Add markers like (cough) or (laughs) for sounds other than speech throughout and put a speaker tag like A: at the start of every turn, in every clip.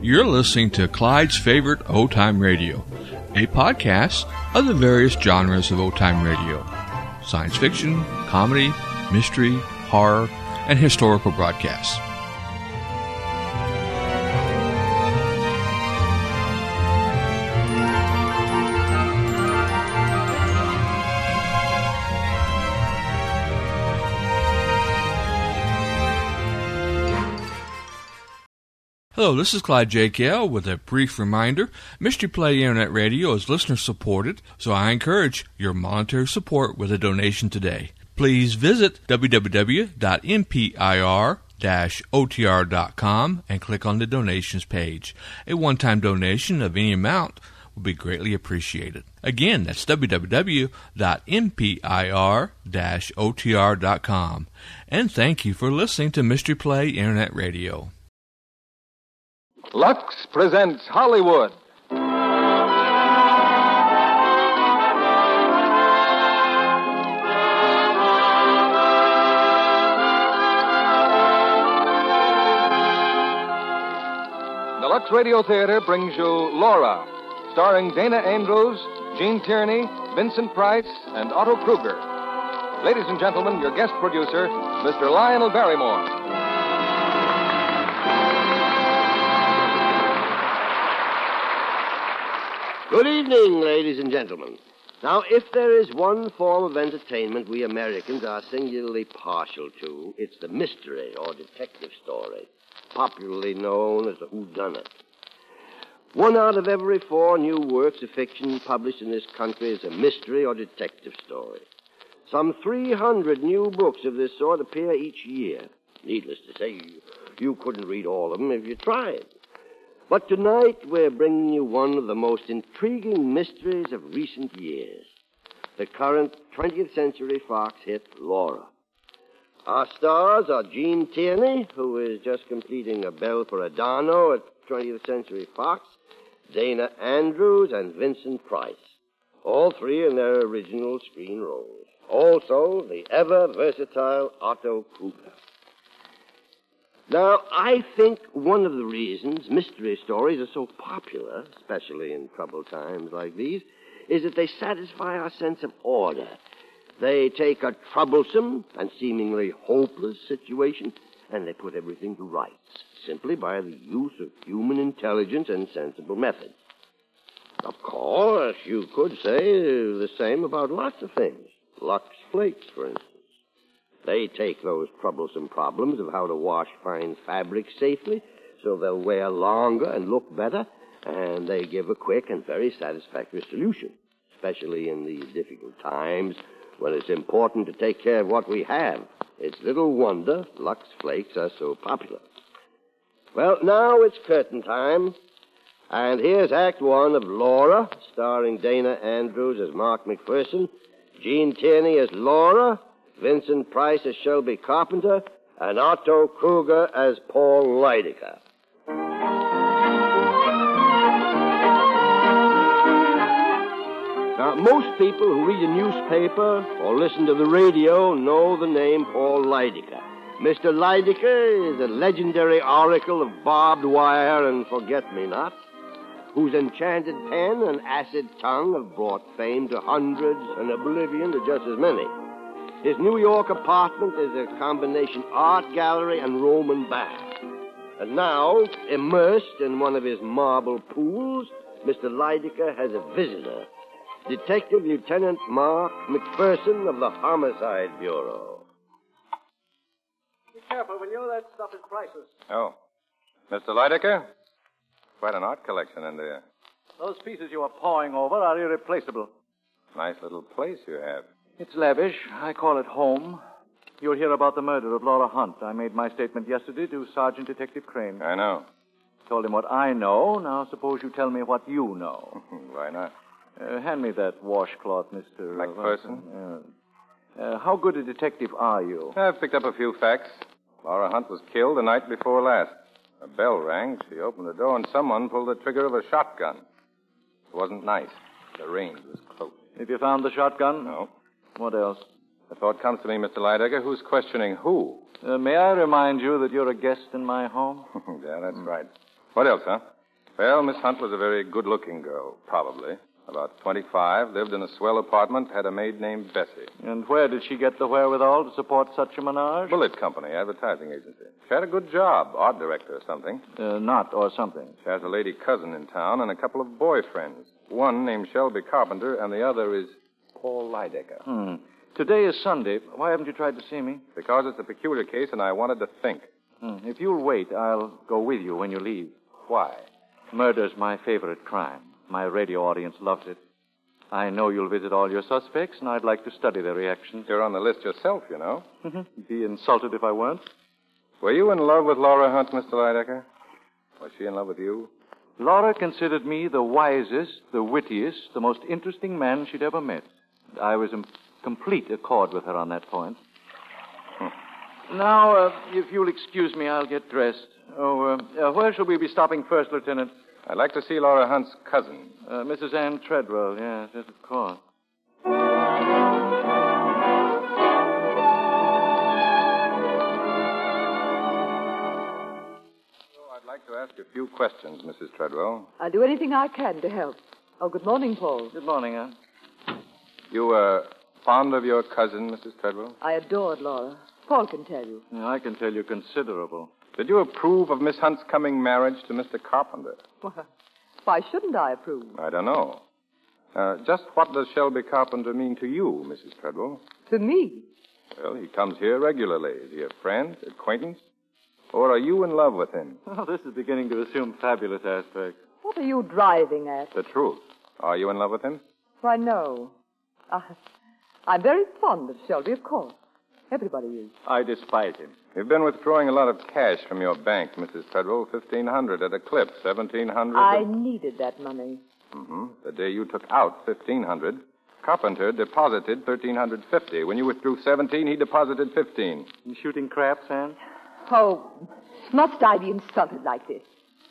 A: You're listening to Clyde's favorite old time radio, a podcast of the various genres of old time radio science fiction, comedy, mystery, horror, and historical broadcasts. Hello, this is Clyde J.K.L. with a brief reminder. Mystery Play Internet Radio is listener supported, so I encourage your monetary support with a donation today. Please visit www.mpir-otr.com and click on the donations page. A one-time donation of any amount will be greatly appreciated. Again, that's www.mpir-otr.com. And thank you for listening to Mystery Play Internet Radio.
B: Lux presents Hollywood. The Lux Radio Theater brings you Laura, starring Dana Andrews, Gene Tierney, Vincent Price, and Otto Kruger. Ladies and gentlemen, your guest producer, Mr. Lionel Barrymore.
C: Good evening, ladies and gentlemen. Now, if there is one form of entertainment we Americans are singularly partial to, it's the mystery or detective story, popularly known as the whodunit. One out of every four new works of fiction published in this country is a mystery or detective story. Some 300 new books of this sort appear each year. Needless to say, you, you couldn't read all of them if you tried. But tonight we're bringing you one of the most intriguing mysteries of recent years the current 20th Century Fox hit Laura. Our stars are Gene Tierney, who is just completing a Bell for Adorno at 20th Century Fox, Dana Andrews, and Vincent Price. All three in their original screen roles. Also, the ever versatile Otto Kruger. Now, I think one of the reasons mystery stories are so popular, especially in troubled times like these, is that they satisfy our sense of order. They take a troublesome and seemingly hopeless situation and they put everything to rights simply by the use of human intelligence and sensible methods. Of course, you could say the same about lots of things. Lux Flakes, for instance. They take those troublesome problems of how to wash fine fabric safely so they'll wear longer and look better, and they give a quick and very satisfactory solution, especially in these difficult times when it's important to take care of what we have. It's little wonder Lux Flakes are so popular. Well, now it's curtain time. And here's Act One of Laura, starring Dana Andrews as Mark McPherson, Gene Tierney as Laura, Vincent Price as Shelby Carpenter, and Otto Kruger as Paul Leidecker. Now, most people who read a newspaper or listen to the radio know the name Paul Leidecker. Mr. Leidecker is a legendary oracle of barbed wire and forget-me-nots, whose enchanted pen and acid tongue have brought fame to hundreds and oblivion to just as many. His New York apartment is a combination art gallery and Roman bath.
D: Mm-hmm.
C: And now, immersed in one of his marble pools, Mr. Lydecker has a visitor. Detective Lieutenant Mark McPherson of the Homicide Bureau.
E: Be careful, will you? That stuff is priceless.
F: Oh. Mr. Lydecker? Quite an art collection in there.
E: Those pieces you are pawing over are irreplaceable.
F: Nice little place you have.
E: It's lavish. I call it home. You'll hear about the murder of Laura Hunt. I made my statement yesterday to Sergeant Detective Crane.
F: I know.
E: Told him what I know. Now suppose you tell me what you know.
F: (laughs) Why not?
E: Uh, hand me that washcloth, Mr. uh,
F: McPherson?
E: Watson. Yeah. Uh, how good a detective are you?
F: I've picked up a few facts. Laura Hunt was killed the night before last. A bell rang. She opened the door, and someone pulled the trigger of a shotgun. It wasn't nice. The range was close.
E: If you found the shotgun?
F: No.
E: What else?
F: The thought comes to me, Mr. Lydecker, who's questioning who? (laughs)
E: Uh, may I remind you that you're a guest in my home?
F: yeah, that's right. What else, huh? Well, Miss Hunt was a very good looking girl, probably. About 25, lived in a swell apartment, had a maid named Bessie.
E: And where did she get the wherewithal to support such a menage?
F: Bullet Company, advertising agency. She had a good job, art director or something.
E: Uh, not or something.
F: She has a lady cousin in town and a couple of boyfriends. One named Shelby Carpenter, and the other is Paul Lidecker.
E: Hmm. Today is Sunday. Why haven't you tried to see me?
F: Because it's a peculiar case, and I wanted to think.
E: Hmm. If you'll wait, I'll go with you when you leave.
F: Why?
E: Murder's my favorite crime. My radio audience loves it. I know you'll visit all your suspects, and I'd like to study their reactions.
F: You're on the list yourself, you know.
E: Be insulted if I weren't.
F: Were you in love with Laura Hunt, Mr. Lidecker? Was she in love with you?
E: Laura considered me the wisest, the wittiest, the most interesting man she'd ever met. I was in complete accord with her on that point. Now, uh, if you'll excuse me, I'll get dressed. Oh, uh, uh, where shall we be stopping first, Lieutenant?
F: I'd like to see Laura Hunt's cousin.
E: Uh, Mrs. Ann Treadwell, yes, yes, of course.
F: Oh, I'd like to ask a few questions, Mrs. Treadwell.
G: I'll do anything I can to help. Oh, good morning, Paul.
E: Good morning, uh. Ann.
F: You were fond of your cousin, Mrs. Treadwell?
G: I adored Laura. Paul can tell you.
E: Yeah, I can tell you considerable.
F: Did you approve of Miss Hunt's coming marriage to Mr. Carpenter?
G: (laughs) Why shouldn't I approve?
F: I don't know. Uh, just what does Shelby Carpenter mean to you, Mrs. Treadwell?
G: To me,
F: Well, he comes here regularly. Is he a friend, acquaintance? Or are you in love with him?
E: (laughs) Well, this is beginning to assume fabulous aspects.
G: what are you driving at?
F: The truth. Are you in love with him?
G: Why, no. I, I'm very fond of Shelby, of course. Everybody is.
E: I despise him.
F: You've been withdrawing a lot of cash from your bank, Mrs. Treadwell. Fifteen hundred at a clip. Seventeen hundred.
G: I needed that money.
F: Mm-hmm. The day you took out fifteen hundred, Carpenter deposited thirteen hundred fifty. When you withdrew seventeen, he deposited fifteen.
E: You shooting craps, Ann?
G: Oh, must I be insulted like this?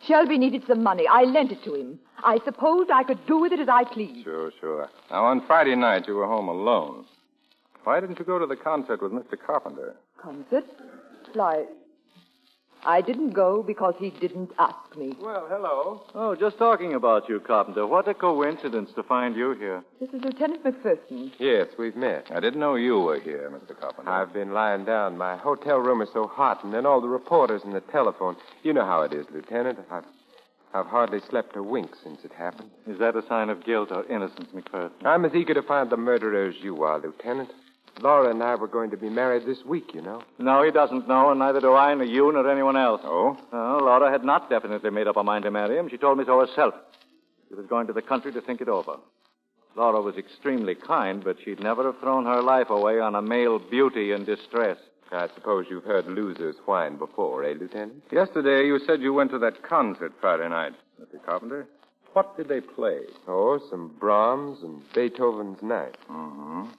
G: Shelby needed some money. I lent it to him. I supposed I could do with it as I pleased.
F: Sure, sure. Now on Friday night you were home alone. Why didn't you go to the concert with Mr. Carpenter?
G: Concert? Why, I didn't go because he didn't ask me.
F: Well, hello.
E: Oh, just talking about you, Carpenter. What a coincidence to find you here.
G: This is Lieutenant McPherson.
H: Yes, we've met.
F: I didn't know you were here, Mr. Carpenter.
H: I've been lying down. My hotel room is so hot, and then all the reporters and the telephone. You know how it is, Lieutenant. I've, I've hardly slept a wink since it happened.
E: Is that a sign of guilt or innocence, McPherson?
H: I'm as eager to find the murderer as you are, Lieutenant. Laura and I were going to be married this week, you know.
E: No, he doesn't know, and neither do I, nor you, nor anyone else.
F: Oh?
E: No, Laura had not definitely made up her mind to marry him. She told me so herself. She was going to the country to think it over. Laura was extremely kind, but she'd never have thrown her life away on a male beauty in distress.
H: I suppose you've heard losers whine before, eh, Lieutenant?
F: Yesterday you said you went to that concert Friday night, Mr. Carpenter. What did they play?
H: Oh, some Brahms and Beethoven's Ninth.
F: Mm-hmm.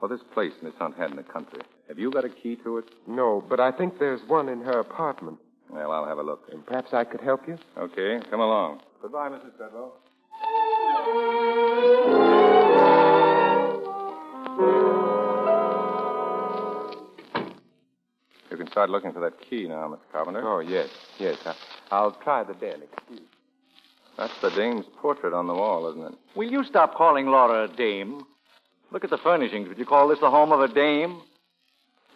F: Well, this place Miss Hunt had in the country. Have you got a key to it?
H: No, but I think there's one in her apartment.
F: Well, I'll have a look.
H: And perhaps I could help you?
F: Okay, come along. Goodbye, Mrs. Treadwell. You can start looking for that key now, Mr. Carpenter.
H: Oh, yes, yes. I, I'll try the den. Excuse me.
F: That's the dame's portrait on the wall, isn't it?
E: Will you stop calling Laura a dame? Look at the furnishings. Would you call this the home of a dame?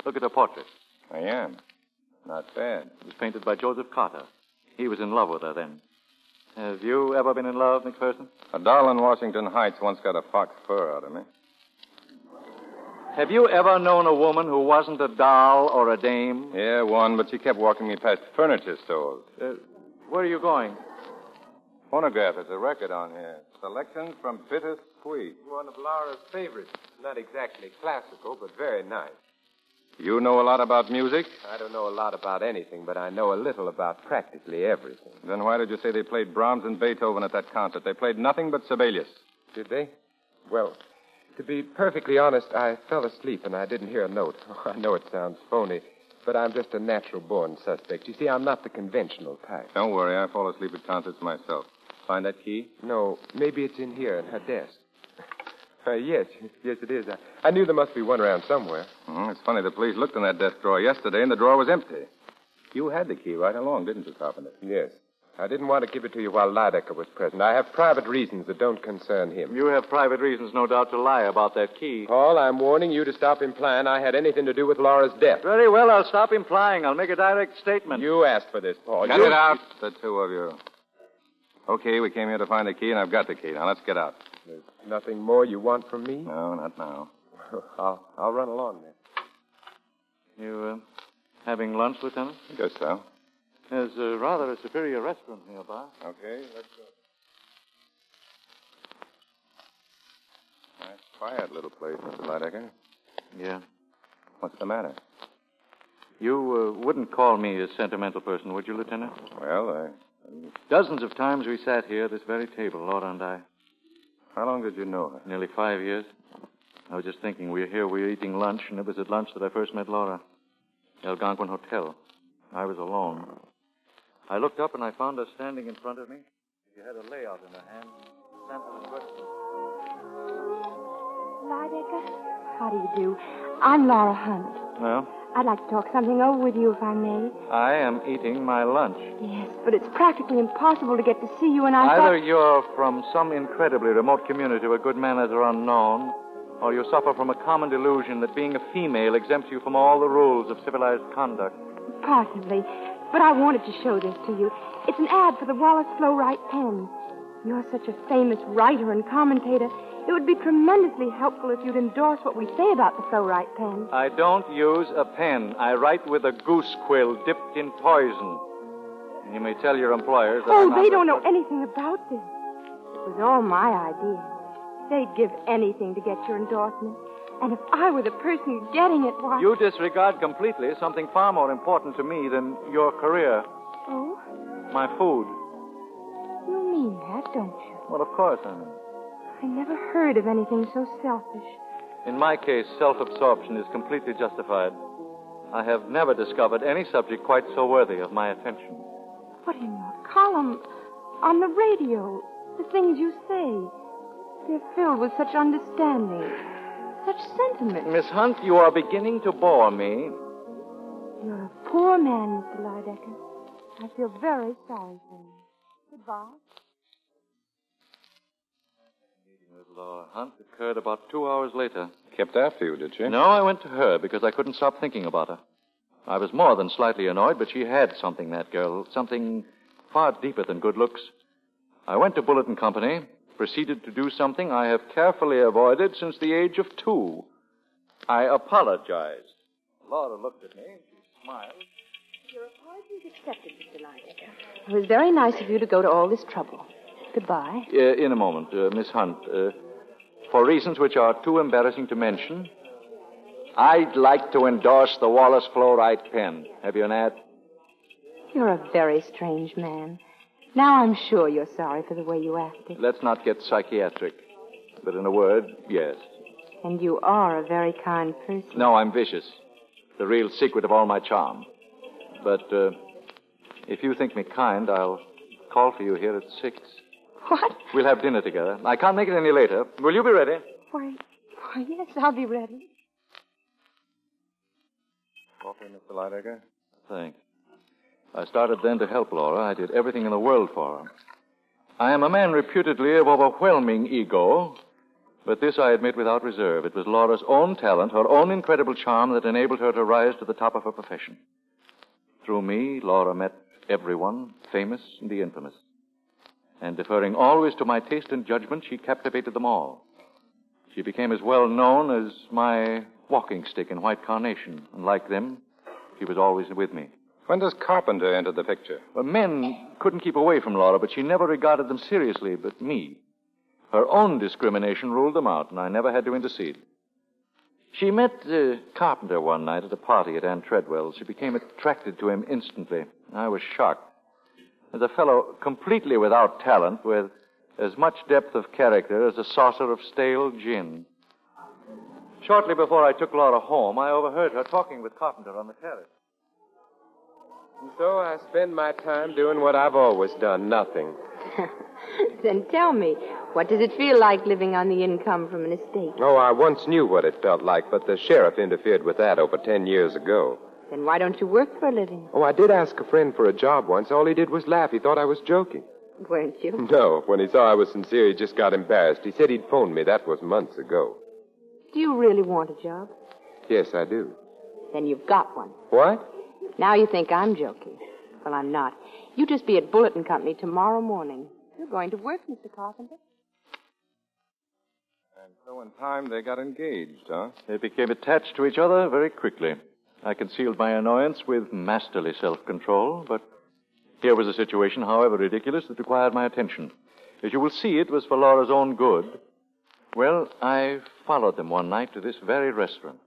E: Look at her portrait.
F: I am. Not bad.
E: It was painted by Joseph Carter. He was in love with her then. Have you ever been in love, McPherson?
F: A doll in Washington Heights once got a fox fur out of me.
E: Have you ever known a woman who wasn't a doll or a dame?
F: Yeah, one, but she kept walking me past furniture stores.
E: Uh, where are you going?
F: Phonograph has a record on here. Selections from Bitter Sweet.
H: One of Laura's favorites. Not exactly classical, but very nice.
F: You know a lot about music?
H: I don't know a lot about anything, but I know a little about practically everything.
F: Then why did you say they played Brahms and Beethoven at that concert? They played nothing but Sibelius.
H: Did they? Well, to be perfectly honest, I fell asleep and I didn't hear a note. (laughs) I know it sounds phony, but I'm just a natural born suspect. You see, I'm not the conventional type.
F: Don't worry, I fall asleep at concerts myself. Find that key?
H: No, maybe it's in here in her desk. (laughs) Uh, yes, (laughs) yes, it is. I, I knew there must be one around somewhere.
F: Mm, it's funny, the police looked in that desk drawer yesterday and the drawer was empty. You had the key right along, didn't you, Carpenter?
H: Yes. I didn't want to give it to you while Lydecker was present. I have private reasons that don't concern him.
E: You have private reasons, no doubt, to lie about that key.
H: Paul, I'm warning you to stop implying I had anything to do with Laura's death.
E: Very well, I'll stop implying. I'll make a direct statement.
H: You asked for this, Paul.
F: Get
H: You-
F: it out, the two of you. Okay, we came here to find the key, and I've got the key. Now let's get out.
H: Nothing more you want from me?
F: No, not now.
H: (laughs) I'll, I'll run along then.
E: You uh, having lunch, Lieutenant?
F: I guess so.
E: There's uh, rather a superior restaurant nearby.
F: Okay, let's go. Nice quiet little place, Mr. Lydecker.
E: Yeah.
F: What's the matter?
E: You uh, wouldn't call me a sentimental person, would you, Lieutenant?
F: Well, I...
E: Dozens of times we sat here at this very table, Laura and I.
F: how long did you know her?
E: Nearly five years. I was just thinking, we're here, we're eating lunch, and it was at lunch that I first met Laura. Algonquin Hotel. I was alone. I looked up and I found her standing in front of me. She had a layout in her hand. Sample and Wesson.
I: Lydecker, how do you do? I'm Laura Hunt.
E: Well,
I: I'd like to talk something over with you, if I may.
E: I am eating my lunch.
I: Yes, but it's practically impossible to get to see you, and I
E: Either
I: thought...
E: you're from some incredibly remote community where good manners are unknown, or you suffer from a common delusion that being a female exempts you from all the rules of civilized conduct.
I: Possibly, but I wanted to show this to you. It's an ad for the Wallace Flow Wright pen. You're such a famous writer and commentator. It would be tremendously helpful if you'd endorse what we say about the Flow Wright pen.
E: I don't use a pen. I write with a goose quill dipped in poison. And you may tell your employers that.
I: Oh,
E: I'm not
I: they don't know
E: referred-
I: anything about this. It was all my idea. They'd give anything to get your endorsement. And if I were the person getting it, why...
E: You disregard completely something far more important to me than your career,
I: Oh,
E: my food.
I: you mean that, don't you?
E: Well, of course, I mean.
I: I never heard of anything so selfish.
E: In my case, self absorption is completely justified. I have never discovered any subject quite so worthy of my attention.
I: What in your column, on the radio, the things you say. They're filled with such understanding, such sentiment.
E: Miss Hunt, you are beginning to bore me.
I: You're a poor man, Mr. Lydecker. I feel very sorry for you. Goodbye.
E: Laura Hunt occurred about two hours later.
F: Kept after you, did she?
E: No, I went to her because I couldn't stop thinking about her. I was more than slightly annoyed, but she had something, that girl, something far deeper than good looks. I went to Bullet and Company, proceeded to do something I have carefully avoided since the age of two. I apologized. Laura looked at me and she smiled.
I: Your apology is accepted, Mr. Lydecker. It was very nice of you to go to all this trouble. Goodbye.
E: Uh, in a moment, uh, Miss Hunt. Uh, for reasons which are too embarrassing to mention, I'd like to endorse the Wallace Fluorite pen. Have you an ad?
I: You're a very strange man. Now I'm sure you're sorry for the way you acted.
E: Let's not get psychiatric. But in a word, yes.
I: And you are a very kind person. (laughs)
E: No, I'm vicious. The real secret of all my charm. But uh, if you think me kind, I'll call for you here at six.
I: What?
E: We'll have dinner together. I can't make it any later. Will you be ready?
I: Why, why, yes, I'll be ready.
F: Coffee, Mr. Lydecker?
E: Thanks. I started then to help Laura. I did everything in the world for her. I am a man reputedly of overwhelming ego, but this I admit without reserve. It was Laura's own talent, her own incredible charm, that enabled her to rise to the top of her profession. Through me, Laura met everyone, famous and the infamous. And deferring always to my taste and judgment, she captivated them all. She became as well known as my walking stick in white carnation, and like them, she was always with me.
F: When does Carpenter enter the picture?
E: Well, men couldn't keep away from Laura, but she never regarded them seriously, but me. Her own discrimination ruled them out, and I never had to intercede. She met uh, Carpenter one night at a party at Ann Treadwell's. She became attracted to him instantly. I was shocked. As a fellow completely without talent, with as much depth of character as a saucer of stale gin. Shortly before I took Laura home, I overheard her talking with Carpenter on the terrace.
H: And so I spend my time doing what I've always done nothing.
I: then tell me, what does it feel like living on the income from an estate?
H: Oh, I once knew what it felt like, but the sheriff interfered with that over ten years ago.
I: Then why don't you work for a living?
H: Oh, I did ask a friend for a job once. All he did was laugh. He thought I was joking.
I: Weren't you?
H: (laughs) No, when he saw I was sincere, he just got embarrassed. He said he'd phoned me. That was months ago.
I: Do you really want a job?
H: Yes, I do.
I: Then you've got one.
H: What?
I: Now you think I'm joking. Well, I'm not. You just be at Bullet and Company tomorrow morning. You're going to work, Mr. Carpenter. (laughs)
F: And so in time they got engaged, huh?
E: They became attached to each other very quickly. I concealed my annoyance with masterly self control, but here was a situation, however ridiculous, that required my attention. As you will see, it was for Laura's own good. Well, I followed them one night to this very restaurant.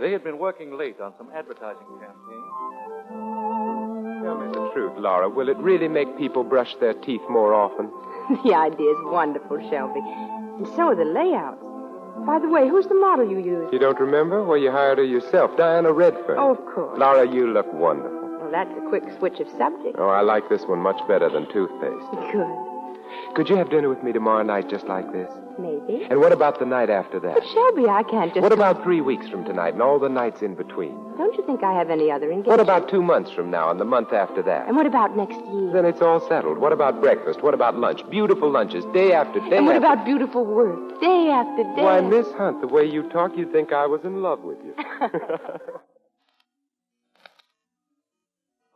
E: They had been working late on some advertising campaign.
H: Tell me the truth, Laura. Will it really make people brush their teeth more often?
I: the idea is wonderful, Shelby. And so are the layouts. By the way, who's the model you used?
H: You don't remember? Well, you hired her yourself, Diana Redfern.
I: Oh, of course.
H: Laura, you look wonderful.
I: Well, that's a quick switch of subject.
H: Oh, I like this one much better than toothpaste.
I: Good.
H: Could you have dinner with me tomorrow night just like this?
I: Maybe.
H: And what about the night after that?
I: But Shelby, I can't just.
H: What about three weeks from tonight and all the nights in between?
I: Don't you think I have any other engagement?
H: What about two months from now and the month after that?
I: And what about next year?
H: Then it's all settled. What about breakfast? What about lunch? Beautiful lunches, day after day.
I: and what
H: after-
I: about beautiful work? Day after day.
H: Why, Miss Hunt, the way you talk, you'd think I was in love with
I: (laughs)
H: you.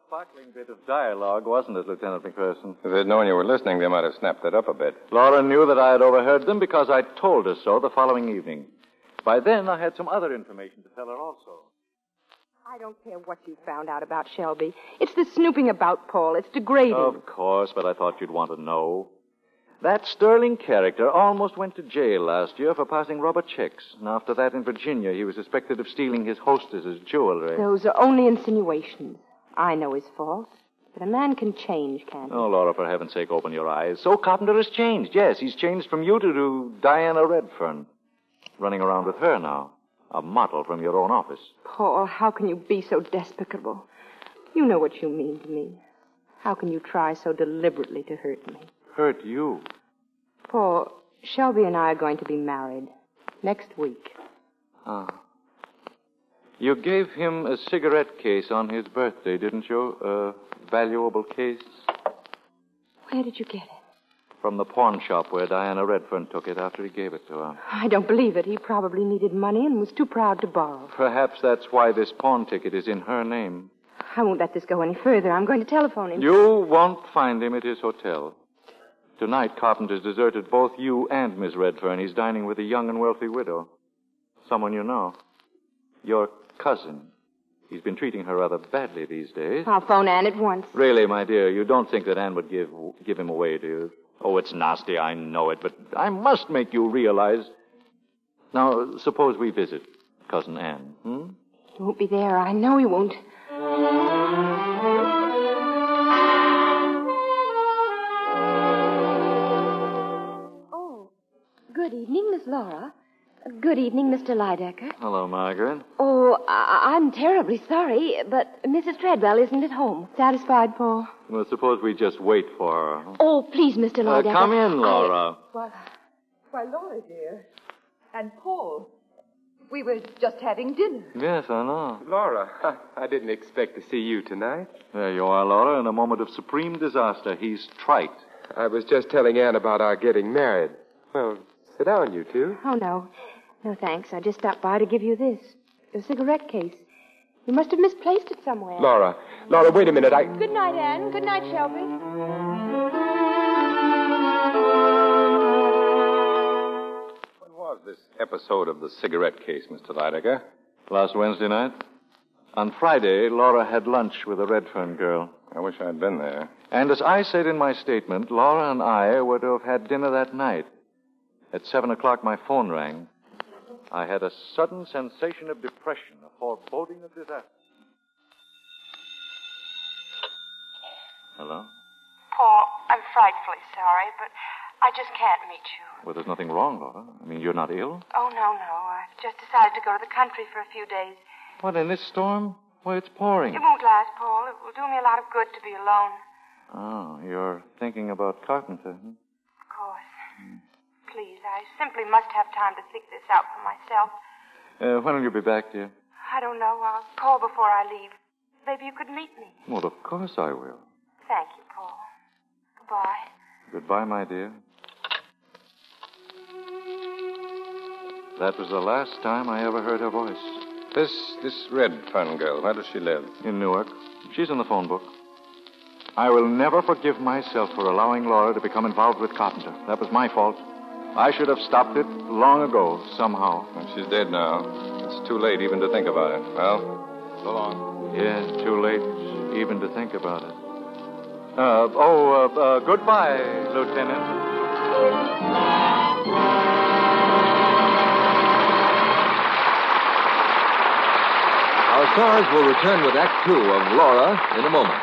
E: Sparkling bit of dialogue, wasn't it, Lieutenant McPherson?
F: If they'd known you were listening, they might have snapped it up a bit.
E: Laura knew that I had overheard them because I told her so the following evening. By then, I had some other information to tell her also.
I: I don't care what you found out about Shelby. It's the snooping about Paul. It's degrading.
H: Oh,
E: Of course, but I thought you'd want to know. That sterling character almost went to jail last year for passing rubber checks. And after that, in Virginia, he was suspected of stealing his hostess's jewelry.
I: Those are only insinuations. I know his fault. But a man can change, can't he?
E: Oh, Laura, for heaven's sake, open your eyes. So Carpenter has changed. Yes, he's changed from you to, to Diana Redfern. Running around with her now. A model from your own office.
I: Paul, how can you be so despicable? You know what you mean to me. How can you try so deliberately to hurt me?
E: Hurt you.
I: Paul, Shelby and I are going to be married next week.
E: Ah. You gave him a cigarette case on his birthday, didn't you? A valuable case?
I: Where did you get it?
E: From the pawn shop where Diana Redfern took it after he gave it to her.
I: I don't believe it. He probably needed money and was too proud to borrow.
E: Perhaps that's why this pawn ticket is in her name.
I: I won't let this go any further. I'm going to telephone him.
E: You won't find him at his hotel. Tonight, Carpenter's deserted both you and Miss Redfern. He's dining with a young and wealthy widow. Someone you know. Your cousin. He's been treating her rather badly these days.
I: I'll phone Ann at once.
E: Really, my dear, you don't think that Anne would give give him away, do you? Oh, it's nasty, I know it, but I must make you realize. Now, suppose we visit cousin Anne. Hmm?
I: He won't be there. I know he won't.
J: Oh, good evening, Miss Laura. Good evening, Mr. Lidecker.
E: Hello, Margaret.
J: Oh, I- I'm terribly sorry, but Mrs. Treadwell isn't at home.
I: Satisfied, Paul?
E: Well, suppose we just wait for her.
J: Oh, please, Mr.
E: Uh,
J: Lidecker.
E: come in, Laura.
G: Why, Laura, dear. And Paul. We were just having dinner.
E: Yes, I know.
H: Laura, I didn't expect to see you tonight.
E: There you are, Laura, in a moment of supreme disaster. He's trite.
H: I was just telling Anne about our getting married. Well, sit down, you two.
I: Oh, no. No, thanks. I just stopped by to give you this. Your cigarette case. You must have misplaced it somewhere.
H: Laura, Laura, wait a minute. I.
I: Good night, Anne. Good night, Shelby.
F: When was this episode of the cigarette case, Mr. Lydecker?
E: Last Wednesday night? On Friday, Laura had lunch with a Redfern girl.
F: I wish I'd been there.
E: And as I said in my statement, Laura and I were to have had dinner that night. At seven o'clock, my phone rang. I had a sudden sensation of depression, a foreboding of disaster. Hello?
K: Paul, I'm frightfully sorry, but I just can't meet you.
E: Well, there's nothing wrong, Laura. I mean, you're not ill.
K: Oh, no, no. I've just decided to go to the country for a few days.
E: What, in this storm? Why, it's pouring.
K: It won't last, Paul. It will do me a lot of good to be alone.
E: Oh, you're thinking about Carpenter. huh?
K: Of course. Please, I simply must have time to think this out for myself.
E: Uh, when will you be back, dear?
K: I don't know. I'll call before I leave. Maybe you could meet me.
E: Well, of course I will.
K: Thank you, Paul. Goodbye.
E: Goodbye, my dear. That was the last time I ever heard her voice.
F: This this red fun girl, where does she live?
E: In Newark. She's in the phone book. I will never forgive myself for allowing Laura to become involved with Carpenter. That was my fault. I should have stopped it long ago, somehow.
F: She's dead now. It's too late even to think about it. Well, so long.
E: Yeah, too late even to think about it. Uh, oh, uh, uh, goodbye, Lieutenant.
B: Our stars will return with Act Two of Laura in a moment.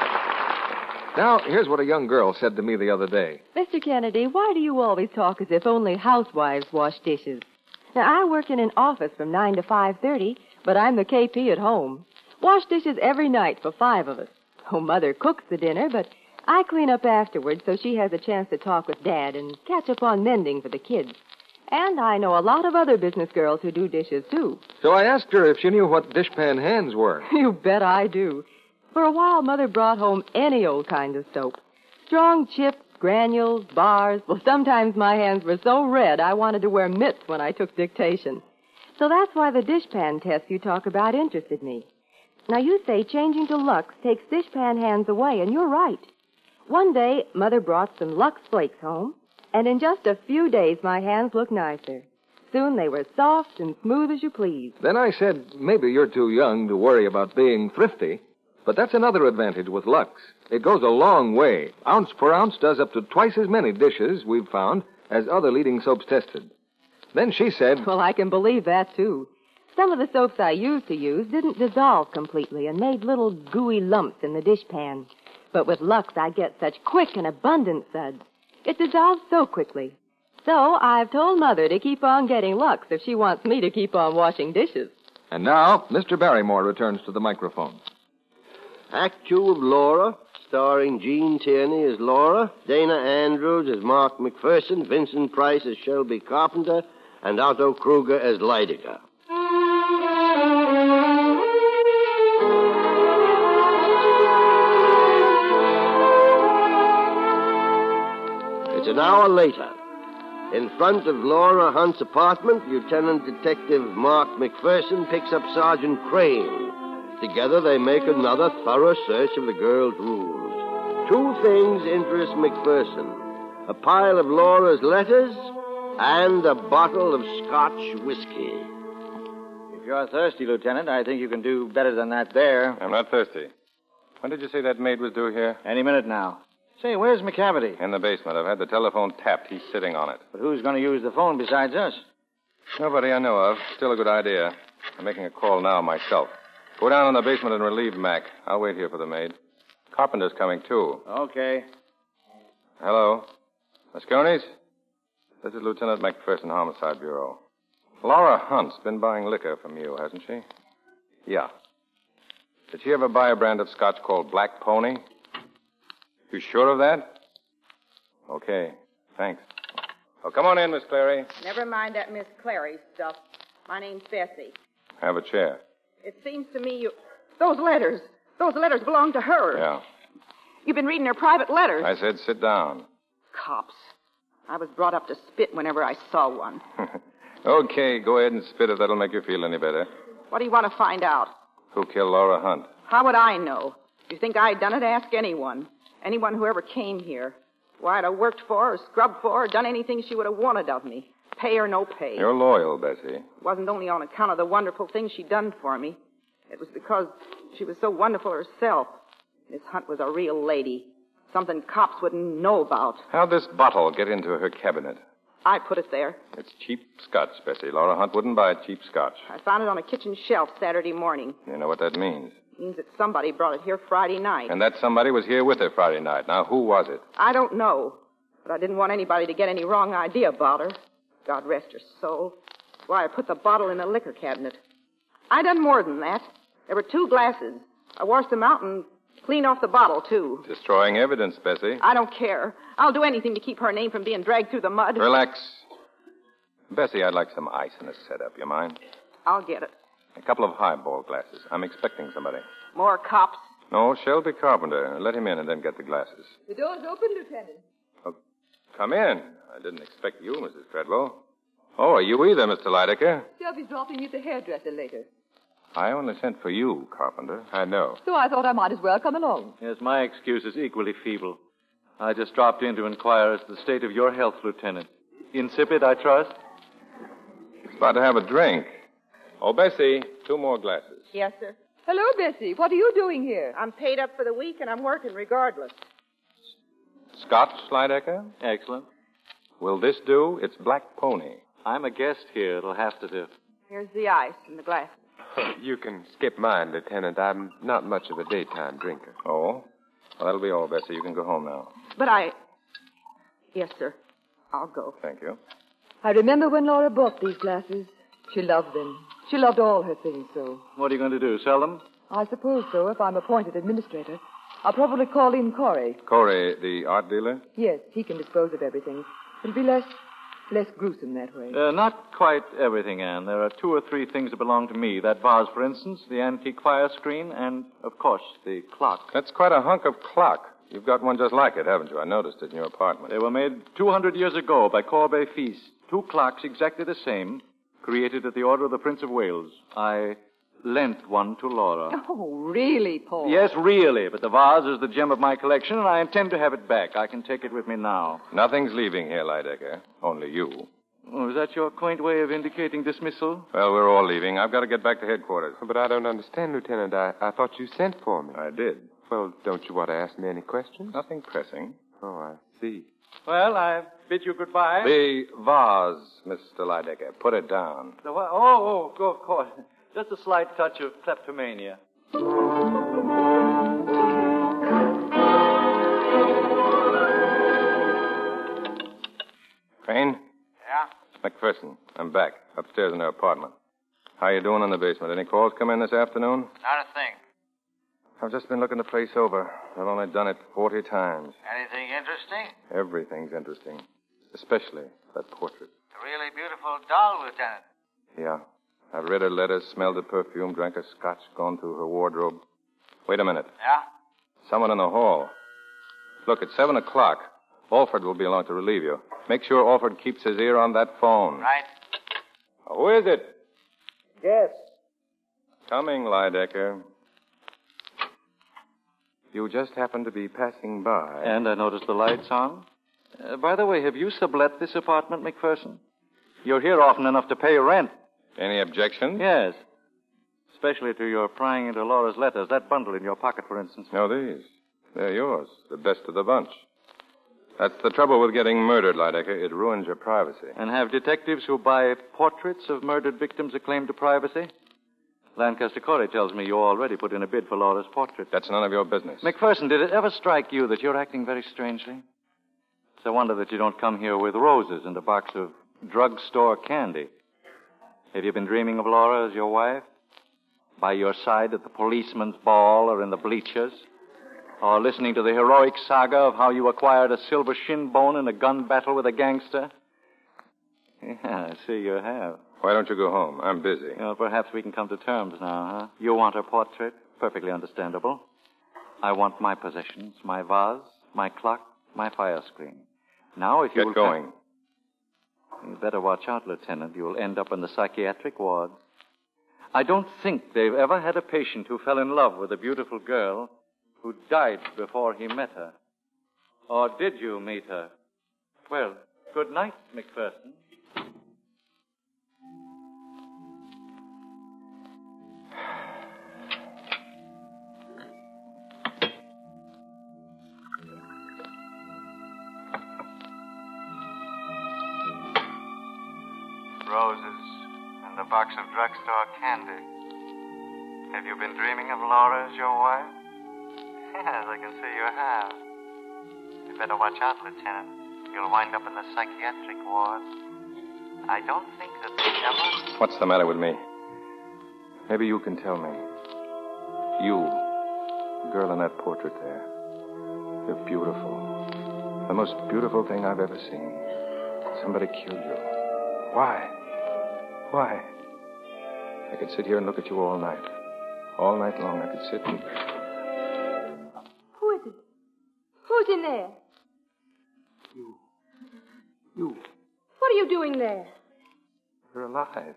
B: Now, here's what a young girl said to me the other day.
L: Mr. Kennedy, why do you always talk as if only housewives wash dishes? Now I work in an office from nine to five thirty, but I'm the KP at home. Wash dishes every night for five of us. Oh, Mother cooks the dinner, but I clean up afterwards so she has a chance to talk with Dad and catch up on mending for the kids. And I know a lot of other business girls who do dishes too.
B: So I asked her if she knew what dishpan hands were.
L: (laughs) You bet I do. For a while, Mother brought home any old kind of soap. Strong chip, granules, bars. Well, sometimes my hands were so red I wanted to wear mitts when I took dictation. So that's why the dishpan test you talk about interested me. Now, you say changing to Lux takes dishpan hands away, and you're right. One day, Mother brought some Lux flakes home, and in just a few days, my hands looked nicer. Soon they were soft and smooth as you please.
B: Then I said, maybe you're too young to worry about being thrifty, but that's another advantage with Lux. It goes a long way. Ounce per ounce does up to twice as many dishes, we've found, as other leading soaps tested. Then she said,
L: Well, I can believe that, too. Some of the soaps I used to use didn't dissolve completely and made little gooey lumps in the dishpan. But with Lux, I get such quick and abundant suds. It dissolves so quickly. So I've told Mother to keep on getting Lux if she wants me to keep on washing dishes.
B: And now, Mr. Barrymore returns to the microphone.
C: Act two of Laura, starring Jean Tierney as Laura, Dana Andrews as Mark McPherson, Vincent Price as Shelby Carpenter, and Otto Kruger as Leidiger. It's an hour later. In front of Laura Hunt's apartment, Lieutenant Detective Mark McPherson picks up Sergeant Crane. Together, they make another thorough search of the girl's rooms. Two things interest McPherson a pile of Laura's letters and a bottle of Scotch whiskey.
M: If you're thirsty, Lieutenant, I think you can do better than that there.
F: I'm not thirsty. When did you say that maid was due here?
M: Any minute now. Say, where's McCavity?
F: In the basement. I've had the telephone tapped. He's sitting on it.
M: But who's going to use the phone besides us?
F: Nobody I know of. Still a good idea. I'm making a call now myself. Go down in the basement and relieve Mac. I'll wait here for the maid. Carpenter's coming, too.
M: Okay.
F: Hello. Moscones? This is Lieutenant McPherson, Homicide Bureau. Laura Hunt's been buying liquor from you, hasn't she? Yeah. Did she ever buy a brand of scotch called Black Pony? You sure of that? Okay. Thanks. Well, come on in, Miss Clary.
N: Never mind that Miss Clary stuff. My name's Bessie.
F: Have a chair.
N: It seems to me you. Those letters. Those letters belong to her.
F: Yeah.
N: You've been reading her private letters.
F: I said sit down.
N: Cops. I was brought up to spit whenever I saw one.
F: Okay, go ahead and spit if that'll make you feel any better.
N: What do you want to find out?
F: Who killed Laura Hunt?
N: How would I know? You think I'd done it? Ask anyone. Anyone who ever came here. Why I'd have worked for or scrubbed for or done anything she would have wanted of me. Pay or no pay.
F: You're loyal, Bessie.
N: It wasn't only on account of the wonderful things she'd done for me. It was because she was so wonderful herself. Miss Hunt was a real lady. Something cops wouldn't know about.
F: How'd this bottle get into her cabinet?
N: I put it there.
F: It's cheap scotch, Bessie. Laura Hunt wouldn't buy cheap scotch.
N: I found it on a kitchen shelf Saturday morning.
F: You know what that means.
N: means that somebody brought it here Friday night.
F: And that somebody was here with her Friday night. Now, who was it?
N: I don't know, but I didn't want anybody to get any wrong idea about her. God rest her soul. Why, I put the bottle in the liquor cabinet. I done more than that. There were two glasses. I washed them out and cleaned off the bottle, too.
F: Destroying evidence, Bessie.
N: I don't care. I'll do anything to keep her name from being dragged through the mud.
F: Relax. Bessie, I'd like some ice in this setup. You mind?
N: I'll get it.
F: A couple of highball glasses. I'm expecting somebody.
N: More cops.
F: No, Shelby Carpenter. Let him in and then get the glasses.
G: The door's open, Lieutenant.
F: Come in. I didn't expect you, Mrs. Treadlow. Oh, are you either, Mr. Lydecker?
G: Shelby's dropping at the hairdresser later.
F: I only sent for you, Carpenter. I know.
G: So I thought I might as well come along.
E: Yes, my excuse is equally feeble. I just dropped in to inquire as to the state of your health, Lieutenant. Insipid, I trust?
F: About to have a drink. Oh, Bessie, two more glasses.
N: Yes, sir.
G: Hello, Bessie. What are you doing here?
N: I'm paid up for the week and I'm working regardless.
F: Scotch, Lydecker?
E: Excellent.
F: Will this do? It's Black Pony.
E: I'm a guest here. It'll have to do.
N: Here's the ice and the glass.
H: You can skip mine, Lieutenant. I'm not much of a daytime drinker.
F: Oh? Well, that'll be all, Bessie. You can go home now.
N: But I. Yes, sir. I'll go.
F: Thank you.
G: I remember when Laura bought these glasses. She loved them. She loved all her things so.
E: What are you going to do? Sell them?
G: I suppose so, if I'm appointed administrator. I'll probably call in Corey.
F: Corey, the art dealer?
G: Yes, he can dispose of everything. It'll be less less gruesome that way.
E: Uh, not quite everything, Anne. There are two or three things that belong to me. That vase, for instance, the antique fire screen, and, of course, the clock.
F: That's quite a hunk of clock. You've got one just like it, haven't you? I noticed it in your apartment.
E: They were made 200 years ago by Corbet Fils. Two clocks exactly the same, created at the order of the Prince of Wales. I lent one to Laura.
G: Oh, really, Paul?
E: Yes, really, but the vase is the gem of my collection, and I intend to have it back. I can take it with me now.
F: Nothing's leaving here, Lydecker. Only you.
E: Oh, is that your quaint way of indicating dismissal?
F: Well, we're all leaving. I've got to get back to headquarters.
H: But I don't understand, Lieutenant. I, I thought you sent for me.
F: I did.
H: Well, don't you want to ask me any questions?
F: Nothing pressing.
H: Oh, I see.
E: Well, I bid you goodbye.
F: The vase, Mr. Lydecker. Put it down.
E: The wa- oh, oh, of course. (laughs) Just a slight touch of kleptomania.
F: Crane?
O: Yeah?
F: McPherson, I'm back. Upstairs in her apartment. How you doing in the basement? Any calls come in this afternoon?
O: Not a thing.
F: I've just been looking the place over. I've only done it 40 times.
O: Anything interesting?
F: Everything's interesting. Especially that portrait.
O: A really beautiful doll, Lieutenant.
F: Yeah. I've read her letters, smelled her perfume, drank her scotch, gone through her wardrobe. Wait a minute.
O: Yeah?
F: Someone in the hall. Look, it's 7 o'clock. Alfred will be along to relieve you. Make sure Alfred keeps his ear on that phone.
O: Right.
F: Who is it?
P: Yes.
F: Coming, Lydecker. You just happened to be passing by.
E: And uh, I noticed the lights on. Uh, by the way, have you sublet this apartment, McPherson? You're here often enough to pay rent.
F: Any objection?
E: Yes. Especially to your prying into Laura's letters. That bundle in your pocket, for instance.
F: No, these. They're yours. The best of the bunch. That's the trouble with getting murdered, Lydecker. It ruins your privacy.
E: And have detectives who buy portraits of murdered victims a claim to privacy? Lancaster Corey tells me you already put in a bid for Laura's portrait.
F: That's none of your business.
E: McPherson, did it ever strike you that you're acting very strangely? It's a wonder that you don't come (laughs) here with roses and a box of drugstore candy. Have you been dreaming of Laura as your wife? By your side at the policeman's ball or in the bleachers? Or listening to the heroic saga of how you acquired a silver shin bone in a gun battle with a gangster? Yeah, I see you have.
F: Why don't you go home? I'm busy.
E: Well, perhaps we can come to terms now, huh? You want her portrait? Perfectly understandable. I want my possessions, my vase, my clock, my fire screen. Now, if you
F: Get
E: will...
F: going.
E: You better watch out, Lieutenant. You'll end up in the psychiatric ward. I don't think they've ever had a patient who fell in love with a beautiful girl who died before he met her. Or did you meet her? Well, good night, McPherson.
O: Roses and a box of drugstore candy. Have you been dreaming of Laura as your wife? Yes, I can see you have. You better watch out, Lieutenant. You'll wind up in the psychiatric ward. I don't think that they ever.
F: What's the matter with me? Maybe you can tell me. You, the girl in that portrait there. You're beautiful. The most beautiful thing I've ever seen. Somebody killed you. Why? Why? I could sit here and look at you all night. All night long, I could sit and.
J: Who is it? Who's in there?
F: You. You.
J: What are you doing there?
F: You're alive.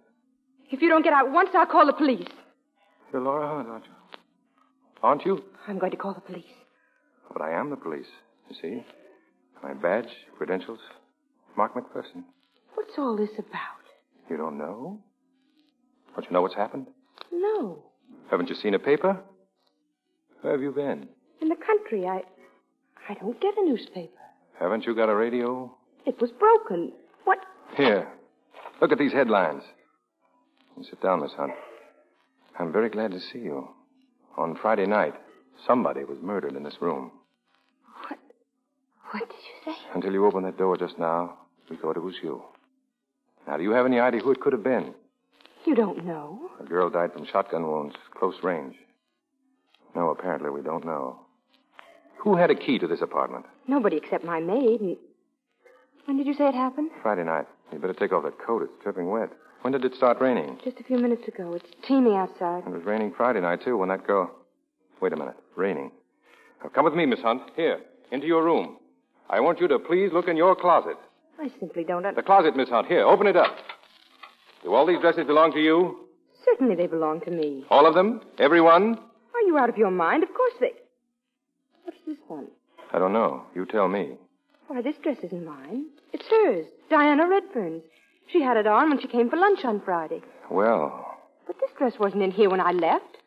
I: If you don't get out once, I'll call the police.
F: You're Laura Hunt, aren't you? Aren't you?
I: I'm going to call the police.
F: But I am the police, you see. My badge, credentials. Mark McPherson.
I: What's all this about?
F: You don't know? Don't you know what's happened?
I: No.
F: Haven't you seen a paper? Where have you been?
I: In the country, I. I don't get a newspaper.
F: Haven't you got a radio?
I: It was broken. What?
F: Here. Look at these headlines. And sit down, Miss Hunt. I'm very glad to see you. On Friday night, somebody was murdered in this room.
J: What did you say?
F: Until you opened that door just now, we thought it was you. Now, do you have any idea who it could have been?
I: You don't know.
F: A girl died from shotgun wounds, close range. No, apparently we don't know. Who had a key to this apartment?
I: Nobody except my maid. And when did you say it happened?
F: Friday night. You better take off that coat. It's dripping wet. When did it start raining?
I: Just a few minutes ago. It's teeming outside.
F: It was raining Friday night, too, when that girl. Wait a minute. Raining. Now, come with me, Miss Hunt. Here, into your room. I want you to please look in your closet.
I: I simply don't. Un-
F: The closet, Miss Hunt. Here, open it up. Do all these dresses belong to you?
I: Certainly they belong to me.
F: All of them? Everyone?
I: Are you out of your mind? Of course they. What's this one?
F: I don't know. You tell me.
I: Why, this dress isn't mine. It's hers, Diana Redfern's. She had it on when she came for lunch on Friday.
F: Well,
I: But this dress wasn't in here when I left.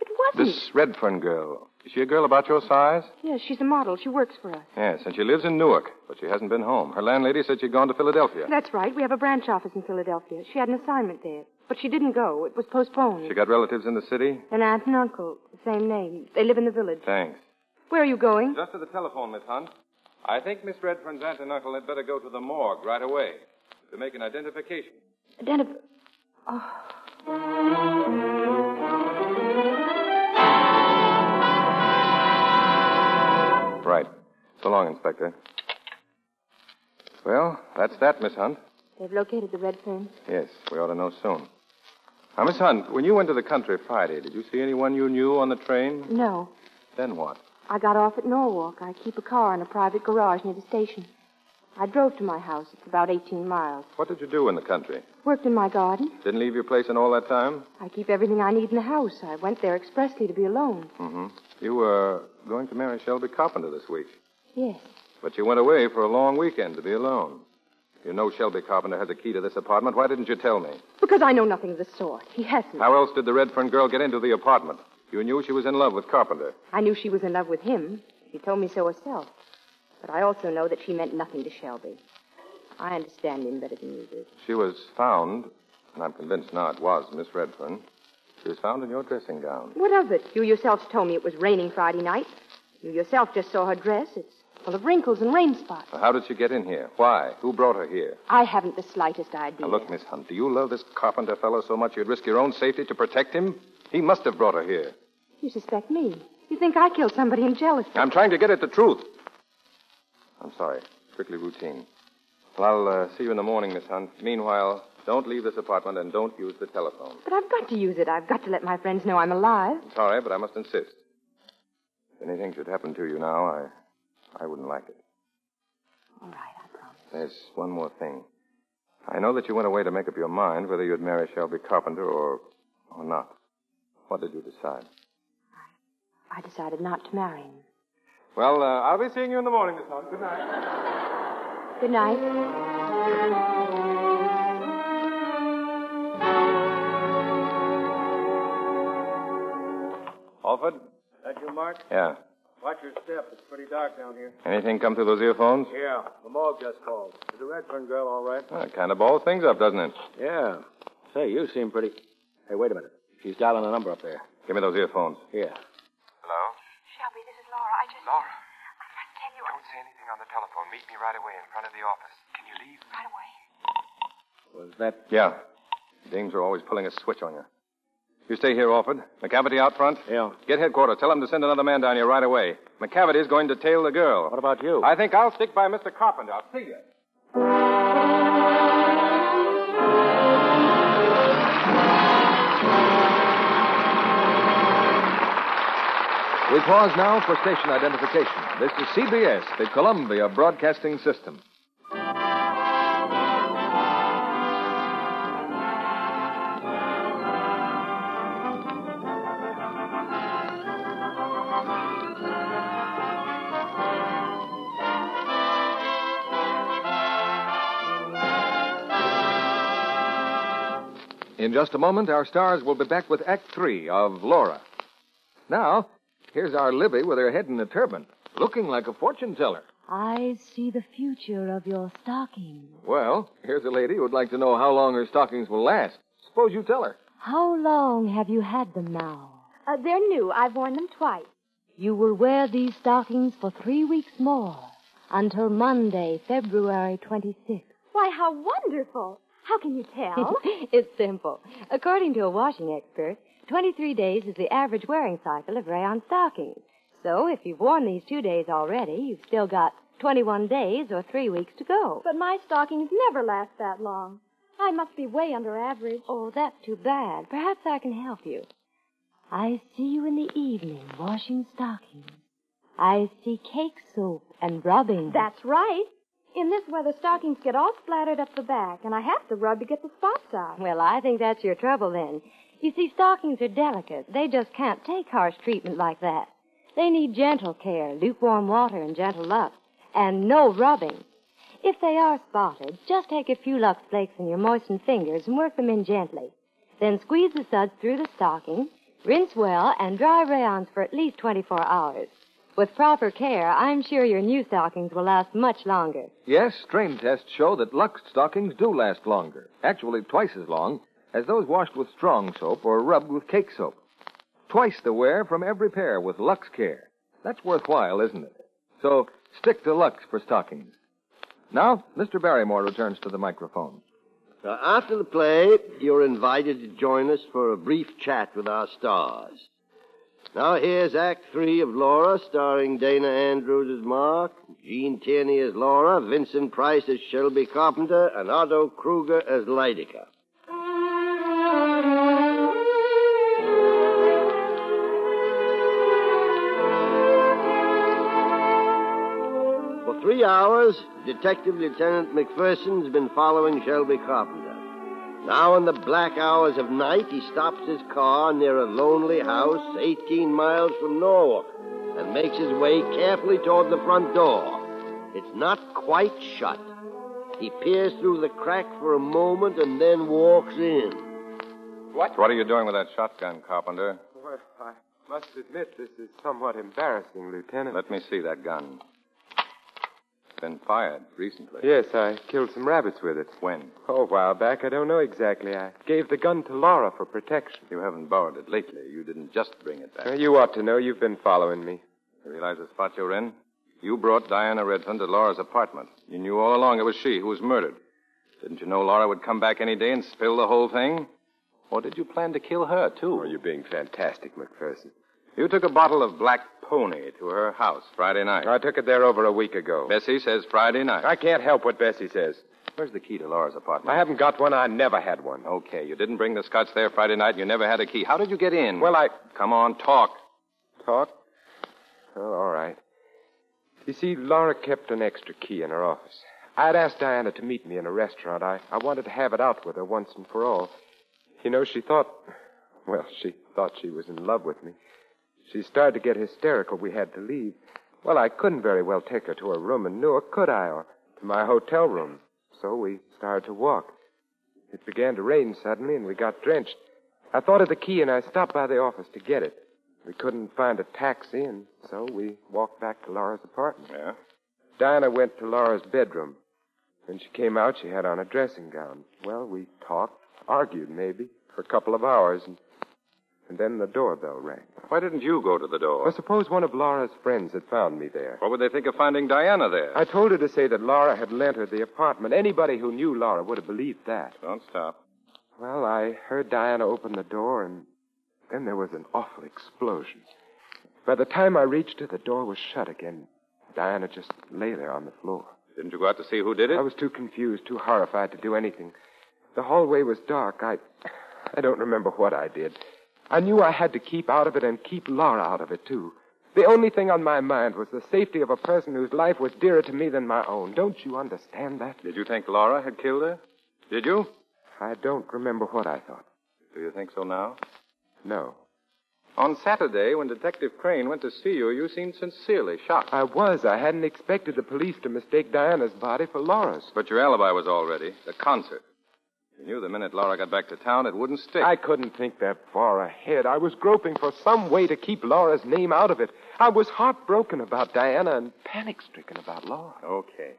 I: It wasn't.
F: this Redfern girl. Is she a girl about your size?
I: Yes, she's a model. She works for us.
F: Yes, and she lives in Newark, but she hasn't been home. Her landlady said she'd gone to Philadelphia.
I: That's right. We have a branch office in Philadelphia. She had an assignment there, but she didn't go. It was postponed.
F: She got relatives in the city?
I: An aunt and uncle, the same name. They live in the village.
F: Thanks.
I: Where are you going?
F: Just to the telephone, Miss Hunt. I think Miss Redfern's aunt and uncle had better go to the morgue right away to make an identification.
I: Identif- Oh.
F: Right. So long, Inspector. Well, that's that, Miss Hunt.
I: They've located the Redfern.
F: Yes, we ought to know soon. Now, Miss Hunt, when you went to the country Friday, did you see anyone you knew on the train?
I: No,
F: Then what?
I: I got off at Norwalk. I keep a car in a private garage near the station. I drove to my house. It's about 18 miles.
F: What did you do in the country?
I: Worked in my garden.
F: Didn't leave your place in all that time?
I: I keep everything I need in the house. I went there expressly to be alone.
F: Mm-hmm. You were going to marry Shelby Carpenter this week,
I: Yes.
F: but you went away for a long weekend to be alone. You know Shelby Carpenter has a key to this apartment. Why didn't you tell me?
I: Because I know nothing of the sort. He hasn't.
F: How else did the Redfern girl get into the apartment? You knew she was in love with Carpenter.
I: I knew she was in love with him. She told me so herself. But I also know that she meant nothing to Shelby. I understand him better than you do.
F: She was found, and I'm convinced now it was Miss Redfern. She was found in your dressing gown.
I: What of it? You yourselves told me it was raining Friday night. You yourself just saw her dress. It's full of wrinkles and rain spots.
F: Now, How did she get in here? Why? Who brought her here?
I: I haven't the slightest idea.
F: Now, look, Miss Hunt, do you love this carpenter fellow so much you'd risk your own safety to protect him? He must have brought her here.
I: You suspect me. You think I killed somebody in jealousy.
F: I'm trying to get at the truth. I'm sorry. Strictly routine. Well, I'll uh, see you in the morning, Miss Hunt. Meanwhile, don't leave this apartment and don't use the telephone.
I: But I've got to use it. I've got to let my friends know I'm alive.
F: I'm sorry, but I must insist. If anything should happen to you now, I, I wouldn't like it.
I: All right,
F: There's one more thing. I know that you went away to make up your mind whether you'd marry Shelby Carpenter or, or not. What did you decide?
I: I decided not to marry him.
F: Well, uh, I'll be seeing you in the morning, Miss Hunt. Good night.
I: Good night.
F: Alford?
P: That you, Mark?
F: Yeah.
P: Watch your step. It's pretty dark down here.
F: Anything come through those earphones?
P: Yeah, the morgue just called. Is the Redfern girl all right?
F: Well, it kind of balls things up, doesn't it?
P: Yeah. Say, you seem pretty. Hey, wait a minute. She's dialing a number up there.
F: Give me those earphones.
P: Here.
O: Hello?
K: Shelby, this is Laura. I just.
O: Laura,
K: I must tell you.
O: don't say anything on the telephone. Meet me right away in front of the office. Can you leave?
K: Right away.
F: Was that? Yeah. Dames are always pulling a switch on you. You stay here, Alford. McCavity out front. Yeah. Get headquarters. Tell them to send another man down here right away. McCavity's going to tail the girl. What about you? I think I'll stick by Mr. Carpenter. I'll see you.
B: We pause now for station identification. This is CBS, the Columbia Broadcasting System. In just a moment, our stars will be back with Act Three of Laura. Now, here's our Libby with her head in a turban, looking like a fortune teller.
D: I see the future of your stocking.
B: Well, here's a lady who'd like to know how long her stockings will last. Suppose you tell her.
D: How long have you had them now?
J: Uh, they're new. I've worn them twice.
D: You will wear these stockings for three weeks more until Monday, February 26th.
J: Why, how wonderful. How can you tell?
D: (laughs) it's simple. According to a washing expert, 23 days is the average wearing cycle of rayon stockings. So if you've worn these two days already, you've still got 21 days or three weeks to go.
J: But my stockings never last that long. I must be way under average.
D: Oh, that's too bad. Perhaps I can help you. I see you in the evening washing stockings. I see cake soap and rubbing.
J: That's right. In this weather, stockings get all splattered up the back, and I have to rub to get the spots out.
D: Well, I think that's your trouble then. You see, stockings are delicate. They just can't take harsh treatment like that. They need gentle care, lukewarm water, and gentle lumps, and no rubbing. If they are spotted, just take a few Lux flakes in your moistened fingers and work them in gently. Then squeeze the suds through the stocking, rinse well, and dry rayons for at least 24 hours. With proper care, I'm sure your new stockings will last much longer.
B: Yes, strain tests show that Lux stockings do last longer, actually twice as long, as those washed with strong soap or rubbed with cake soap. Twice the wear from every pair with Lux Care. That's worthwhile, isn't it? So stick to Lux for stockings. Now, Mr. Barrymore returns to the microphone.
C: Now, after the play, you're invited to join us for a brief chat with our stars. Now, here's Act Three of Laura, starring Dana Andrews as Mark, Gene Tierney as Laura, Vincent Price as Shelby Carpenter, and Otto Kruger as Lydica. For three hours, Detective Lieutenant McPherson's been following Shelby Carpenter. Now, in the black hours of night, he stops his car near a lonely house 18 miles from Norwalk and makes his way carefully toward the front door. It's not quite shut. He peers through the crack for a moment and then walks in.
H: What?
F: What are you doing with that shotgun, Carpenter?
H: Well, I must admit this is somewhat embarrassing, Lieutenant.
F: Let me see that gun. It's been fired recently.
H: Yes, I killed some rabbits with it.
F: When?
H: Oh, a while back. I don't know exactly. I gave the gun to Laura for protection.
F: You haven't borrowed it lately. You didn't just bring it back.
H: Well, you ought to know. You've been following me.
F: You realize the spot you're in? You brought Diana Redfern to Laura's apartment. You knew all along it was she who was murdered. Didn't you know Laura would come back any day and spill the whole thing? Or did you plan to kill her, too?
H: Oh, you're being fantastic, McPherson.
F: You took a bottle of black pony to her house Friday night.
H: I took it there over a week ago.
F: Bessie says Friday night.
H: I can't help what Bessie says.
F: Where's the key to Laura's apartment?
H: I haven't got one. I never had one.
F: Okay, you didn't bring the scotch there Friday night. You never had a key. How did you get in?
H: Well, I.
F: Come on, talk.
H: Talk? Oh, all right. You see, Laura kept an extra key in her office. I'd asked Diana to meet me in a restaurant. I, I wanted to have it out with her once and for all. You know, she thought. Well, she thought she was in love with me. She started to get hysterical. We had to leave. Well, I couldn't very well take her to her room in Newark, could I, or to my hotel room? So we started to walk. It began to rain suddenly, and we got drenched. I thought of the key, and I stopped by the office to get it. We couldn't find a taxi, and so we walked back to Laura's apartment.
F: Yeah?
H: Diana went to Laura's bedroom. When she came out, she had on a dressing gown. Well, we talked, argued maybe, for a couple of hours, and and then the doorbell rang.
F: Why didn't you go to the door?
H: Well, suppose one of Laura's friends had found me there.
F: What would they think of finding Diana there?
H: I told her to say that Laura had lent her the apartment. Anybody who knew Laura would have believed that.
F: Don't stop.
H: Well, I heard Diana open the door, and then there was an awful explosion. By the time I reached her, the door was shut again. Diana just lay there on the floor.
F: Didn't you go out to see who did it?
H: I was too confused, too horrified to do anything. The hallway was dark. I, I don't remember what I did. I knew I had to keep out of it and keep Laura out of it, too. The only thing on my mind was the safety of a person whose life was dearer to me than my own. Don't you understand that?
F: Did you think Laura had killed her? Did you?
H: I don't remember what I thought.
F: Do you think so now?
H: No.
F: On Saturday, when Detective Crane went to see you, you seemed sincerely shocked.
H: I was. I hadn't expected the police to mistake Diana's body for Laura's.
F: But your alibi was all ready. The concert. You knew the minute Laura got back to town, it wouldn't stick.
H: I couldn't think that far ahead. I was groping for some way to keep Laura's name out of it. I was heartbroken about Diana and panic stricken about Laura.
F: Okay.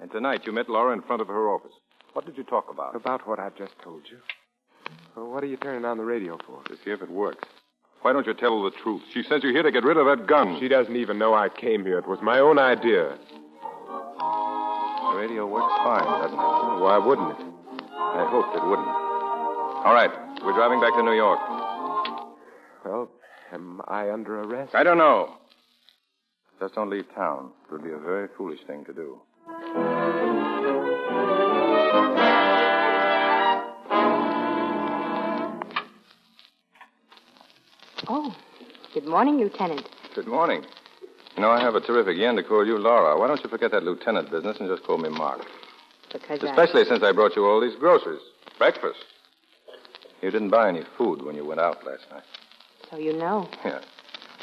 F: And tonight you met Laura in front of her office. What did you talk about?
H: About what I just told you. Well, what are you turning on the radio for?
F: To see if it works. Why don't you tell her the truth? She says you're here to get rid of that gun.
H: She doesn't even know I came here. It was my own idea.
F: The radio works fine, doesn't it?
H: Why wouldn't it?
F: I hoped it wouldn't. All right, we're driving back to New York.
H: Well, am I under arrest?
F: I don't know. Just don't leave town. It would be a very foolish thing to do.
D: Oh, good morning, Lieutenant.
F: Good morning. You know, I have a terrific yen to call you Laura. Why don't you forget that lieutenant business and just call me Mark?
D: Because I-
F: Especially since I brought you all these groceries. Breakfast. You didn't buy any food when you went out last night. (laughs)
D: So you know.
F: Yeah.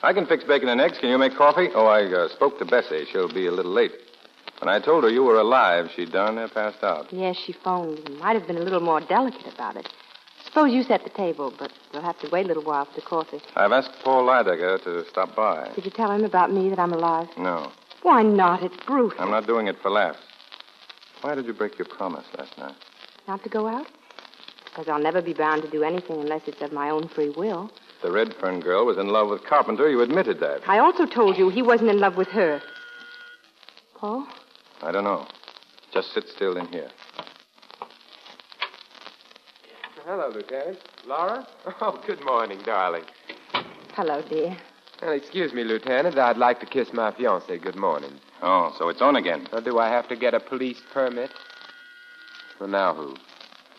F: I can fix bacon and eggs. Can you make coffee? Oh, I uh, spoke to Bessie. She'll be a little late. When I told her you were alive, she darn near passed out.
D: Yes, she phoned. You Might have been a little more delicate about it. Suppose you set the table, but we'll have to wait a little while for the coffee.
F: I've asked Paul Lydecker to stop by.
D: Did you tell him about me that I'm alive?
F: No,
D: Why not? It's brutal.
F: I'm not doing it for laughs. Why did you break your promise last night?
D: Not to go out? Because I'll never be bound to do anything unless it's of my own free will.
F: The Redfern girl was in love with Carpenter. You admitted that.
D: I also told you he wasn't in love with her. Paul?
F: I don't know. Just sit still in here.
H: Hello, Lieutenant. Laura? (laughs) Oh, good morning, darling.
D: Hello, dear.
H: And excuse me, Lieutenant. I'd like to kiss my fiancée good morning.
F: Oh, so it's on again.
H: Or do I have to get a police permit? Well, now who?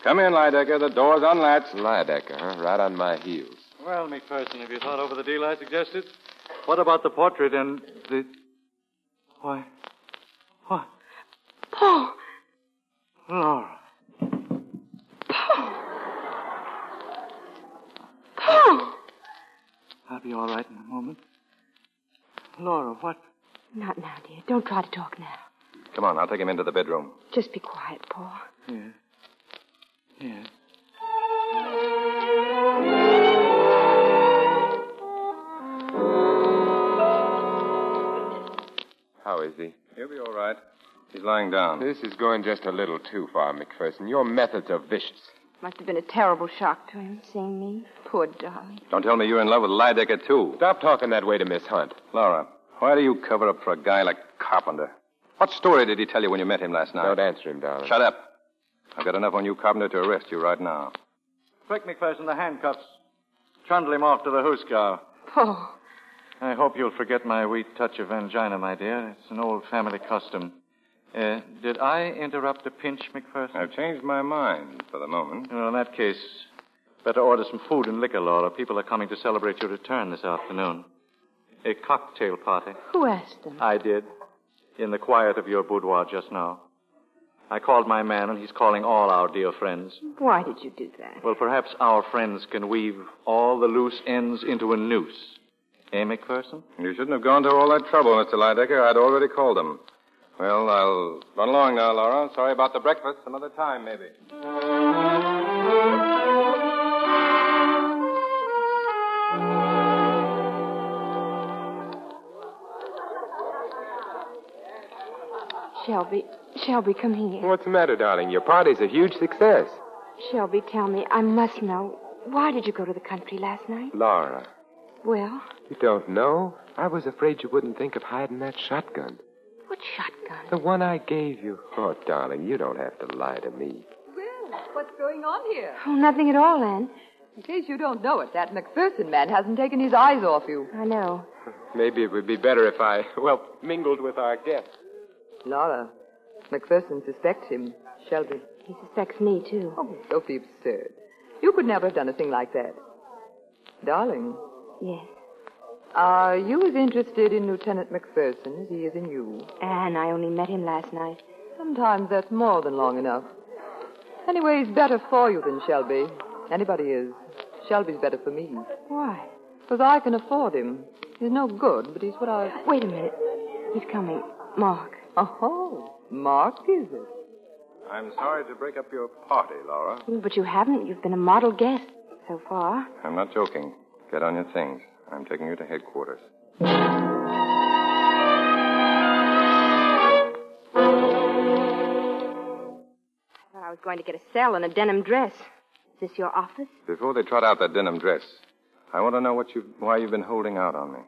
F: Come in, Lydecker. The door's unlatched.
H: Lydecker, huh? Right on my heels.
E: Well, me person, have you thought over the deal I suggested? What about the portrait and the. Why. Why?
D: Paul!
E: Laura.
D: Paul!
E: I'll be all right in a moment. Laura, what?
D: Not now, dear. Don't try to talk now.
F: Come on, I'll take him into the bedroom.
D: Just be quiet, Paul.
E: Yes. Yes.
H: How is he?
F: He'll be all right. He's lying down.
H: This is going just a little too far, McPherson. Your methods are vicious.
N: Must have been a terrible shock to him, seeing me. Poor darling.
F: Don't tell me you're in love with Lydecker, too.
H: Stop talking that way to Miss Hunt.
F: Laura, why do you cover up for a guy like Carpenter? What story did he tell you when you met him last night?
H: Don't answer him, darling.
F: Shut up. I've got enough on you, Carpenter, to arrest you right now.
E: Quick, McPherson, the handcuffs. Trundle him off to the hoosgow.
D: Paul.
E: I hope you'll forget my wheat touch of angina, my dear. It's an old family custom. Uh, did I interrupt a pinch, McPherson?
F: I've changed my mind for the moment.
E: Well, in that case, better order some food and liquor, Laura. People are coming to celebrate your return this afternoon. A cocktail party.
D: Who asked him?
E: I did. In the quiet of your boudoir just now. I called my man, and he's calling all our dear friends.
D: Why did you do that?
E: Well, perhaps our friends can weave all the loose ends into a noose. Eh, McPherson?
F: You shouldn't have gone to all that trouble, Mr. Lydecker. I'd already called him. Well, I'll run along now, Laura. Sorry about the breakfast. Some other time, maybe.
D: Shelby. Shelby, come here.
H: What's the matter, darling? Your party's a huge success.
D: Shelby, tell me. I must know. Why did you go to the country last night?
H: Laura,
D: Well,
H: you don't know? I was afraid you wouldn't think of hiding that shotgun.
D: what shotgun?
H: The one I gave you. Oh, darling, you don't have to lie to me.
G: Well, what's going on here?
D: Oh, nothing at all, Anne.
G: In case you don't know it, that MacPherson man hasn't taken his eyes off you.
D: I know.
H: Maybe it would be better if I, well, mingled with our guests.
G: Laura, MacPherson suspects him. Shelby.
D: He suspects me, too.
G: Oh, don't be absurd. You could never have done a thing like that. Darling,
D: Yes.
G: Are you as interested in Lieutenant McPherson as he is in you?
I: Anne, I only met him last night.
G: Sometimes that's more than long enough. Anyway, he's better for you than Shelby. Anybody is. Shelby's better for me.
I: Why?
G: Because I can afford him. He's no good, but he's what I.
I: Wait a minute. He's coming. Mark.
G: Oh, Mark is it?
F: I'm sorry to break up your party, Laura.
I: But you haven't. You've been a model guest so far.
F: I'm not joking. Get on your things. I'm taking you to headquarters.
I: Thought I was going to get a cell and a denim dress. Is this your office?
F: Before they trot out that denim dress, I want to know what you why you've been holding out on me.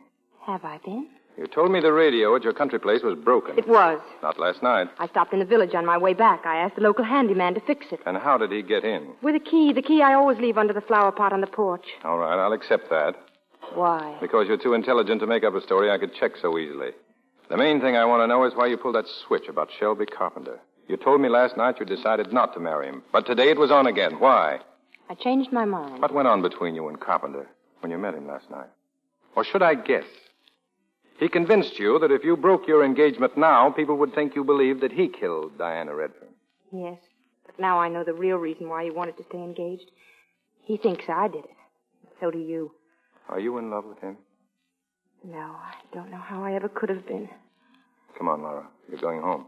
I: Have I been?
F: You told me the radio at your country place was broken.
I: It was.
F: Not last night.
I: I stopped in the village on my way back. I asked the local handyman to fix it.
F: And how did he get in?
I: With a key, the key I always leave under the flower pot on the porch.
F: All right, I'll accept that.
I: Why?
F: Because you're too intelligent to make up a story I could check so easily. The main thing I want to know is why you pulled that switch about Shelby Carpenter. You told me last night you decided not to marry him, but today it was on again. Why?
I: I changed my mind.
F: What went on between you and Carpenter when you met him last night? Or should I guess? He convinced you that if you broke your engagement now, people would think you believed that he killed Diana Redfern.
I: Yes. But now I know the real reason why you wanted to stay engaged. He thinks I did it. So do you.
F: Are you in love with him?
I: No, I don't know how I ever could have been.
F: Come on, Laura. You're going home.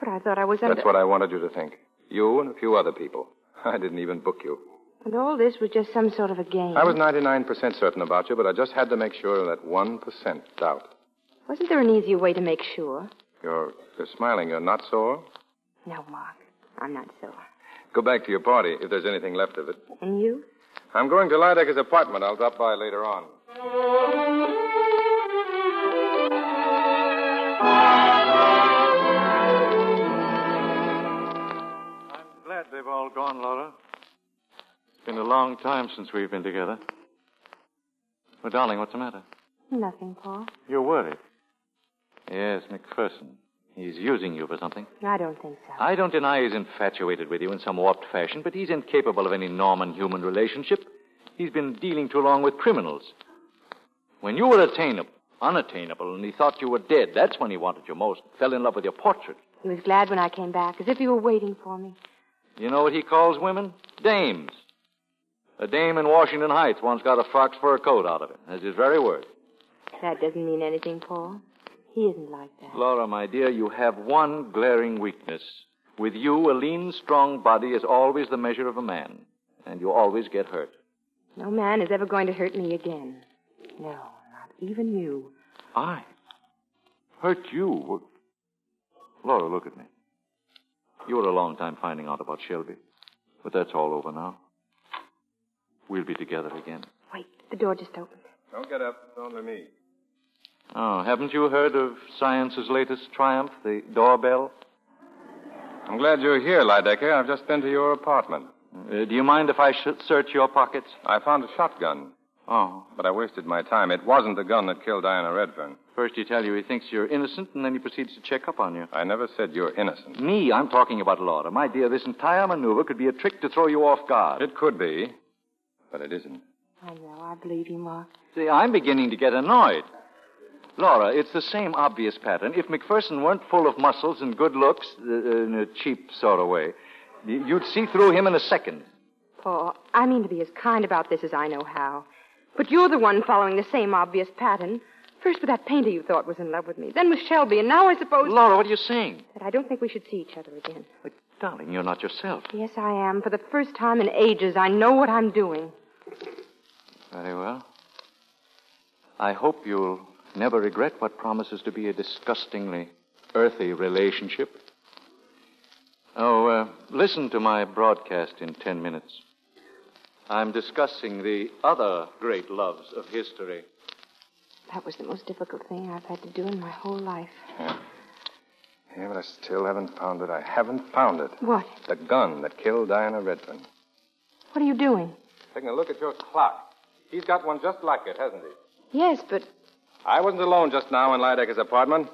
I: But I thought I was under.
F: That's what I wanted you to think. You and a few other people. (laughs) I didn't even book you.
I: And all this was just some sort of a game.
F: I was 99% certain about you, but I just had to make sure of that 1% doubt.
I: Wasn't there an easier way to make sure?
F: You're, you're smiling. You're not sore?
I: No, Mark. I'm not sore.
F: Go back to your party if there's anything left of it.
I: And you?
F: I'm going to Lydecker's apartment. I'll drop by later on.
E: I'm glad they've all gone, Laura. It's been a long time since we've been together. Well, darling, what's the matter?
I: Nothing, Paul.
E: You're worried. Yes, McPherson. He's using you for something.
I: I don't think so.
E: I don't deny he's infatuated with you in some warped fashion, but he's incapable of any Norman human relationship. He's been dealing too long with criminals. When you were attainable, unattainable, and he thought you were dead, that's when he wanted you most. Fell in love with your portrait.
I: He was glad when I came back, as if he were waiting for me.
E: You know what he calls women? Dames. A dame in Washington Heights once got a fox fur coat out of it. That's his very word.
I: That doesn't mean anything, Paul. He isn't like that.
E: Laura, my dear, you have one glaring weakness. With you, a lean, strong body is always the measure of a man, and you always get hurt.
I: No man is ever going to hurt me again. No, not even you.
E: I? Hurt you? Laura, look at me. You were a long time finding out about Shelby, but that's all over now. We'll be together again.
I: Wait, the door just opened.
F: Don't get up. It's only me.
E: Oh, haven't you heard of science's latest triumph, the doorbell?
F: I'm glad you're here, Lydecker. I've just been to your apartment.
E: Uh, do you mind if I should search your pockets?
F: I found a shotgun.
E: Oh.
F: But I wasted my time. It wasn't the gun that killed Diana Redfern.
E: First he tells you he thinks you're innocent, and then he proceeds to check up on you.
F: I never said you're innocent.
E: Me, I'm talking about Laura. My dear, this entire maneuver could be a trick to throw you off guard.
F: It could be, but it isn't.
I: I know. I believe you, Mark.
E: See, I'm beginning to get annoyed. Laura, it's the same obvious pattern. If McPherson weren't full of muscles and good looks, uh, in a cheap sort of way, y- you'd see through him in a second.
I: Paul, Oh, I mean to be as kind about this as I know how. But you're the one following the same obvious pattern. First with that painter you thought was in love with me, then with Shelby, and now I suppose.
E: Laura, what are you saying?
I: That I don't think we should see each other again.
E: Darling, you're not yourself.
I: Yes, I am. For the first time in ages, I know what I'm doing.
E: Very well. I hope you'll never regret what promises to be a disgustingly earthy relationship. Oh, uh, listen to my broadcast in ten minutes. I'm discussing the other great loves of history.
I: That was the most difficult thing I've had to do in my whole life.
F: Yeah, but I still haven't found it. I haven't found it.
I: What?
F: The gun that killed Diana Redfern.
I: What are you doing?
F: Taking a look at your clock. He's got one just like it, hasn't he?
I: Yes, but
F: I wasn't alone just now in Lydecker's apartment.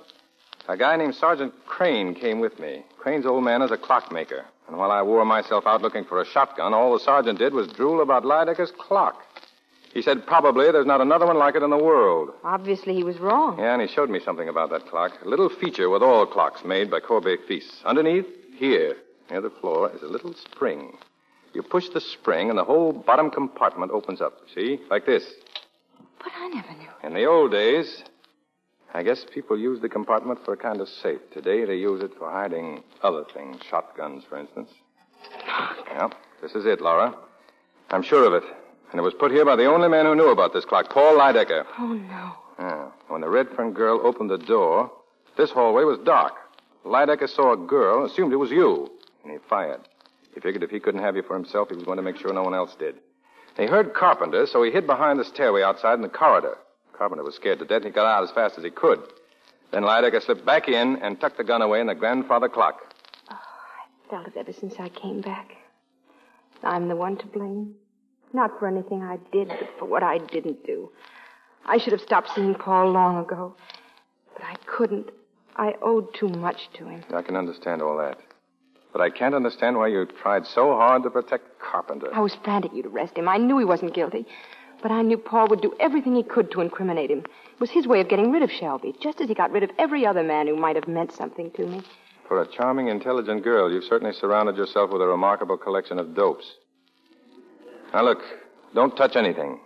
F: A guy named Sergeant Crane came with me. Crane's old man is a clockmaker. And while I wore myself out looking for a shotgun, all the sergeant did was drool about Lydecker's clock. He said probably there's not another one like it in the world.
I: Obviously, he was wrong.
F: Yeah, and he showed me something about that clock. A little feature with all clocks made by Corbe Fils. Underneath, here, near the floor, is a little spring. You push the spring, and the whole bottom compartment opens up. See? Like this.
I: But I never knew.
F: In the old days, I guess people used the compartment for a kind of safe. Today, they use it for hiding other things, shotguns, for instance. Yeah, this is it, Laura. I'm sure of it. And it was put here by the only man who knew about this clock, Paul Lidecker.
I: Oh, no.
F: Yeah. When the Redfern girl opened the door, this hallway was dark. Lidecker saw a girl, assumed it was you, and he fired. He figured if he couldn't have you for himself, he was going to make sure no one else did. He heard Carpenter, so he hid behind the stairway outside in the corridor. Carpenter was scared to death, and he got out as fast as he could. Then Lidecker slipped back in and tucked the gun away in the grandfather clock.
I: Felt it ever since I came back. I'm the one to blame. Not for anything I did, but for what I didn't do. I should have stopped seeing Paul long ago. But I couldn't. I owed too much to him.
F: I can understand all that. But I can't understand why you tried so hard to protect Carpenter.
I: I was frantic you'd arrest him. I knew he wasn't guilty. But I knew Paul would do everything he could to incriminate him. It was his way of getting rid of Shelby, just as he got rid of every other man who might have meant something to me.
F: For a charming, intelligent girl, you've certainly surrounded yourself with a remarkable collection of dopes. Now, look, don't touch anything.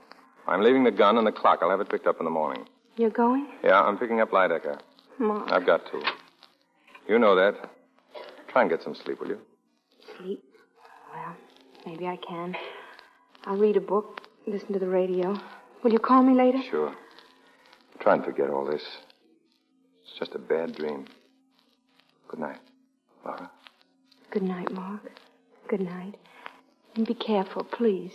F: I'm leaving the gun and the clock. I'll have it picked up in the morning.
I: You're going?
F: Yeah, I'm picking up Lidecker.
I: Mark.
F: I've got to. You know that. Try and get some sleep, will you?
I: Sleep? Well, maybe I can. I'll read a book, listen to the radio. Will you call me later?
F: Sure. Try and forget all this. It's just a bad dream. Good night, Laura.
I: Good night, Mark. Good night. And be careful, please.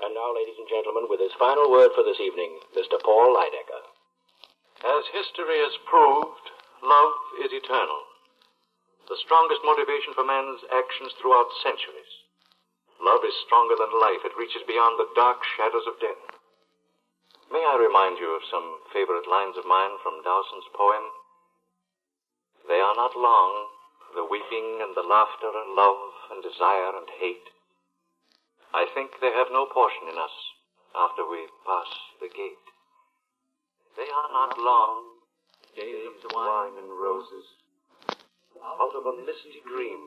B: And now, ladies and gentlemen, with his final word for this evening, Mr. Paul Lidecker.
C: As history has proved, love is eternal. The strongest motivation for man's actions throughout centuries. Love is stronger than life. It reaches beyond the dark shadows of death. May I remind you of some favorite lines of mine from Dowson's poem? They are not long, the weeping and the laughter and love and desire and hate. I think they have no portion in us after we pass the gate. They are not long, days of wine and roses. Out of a misty dream,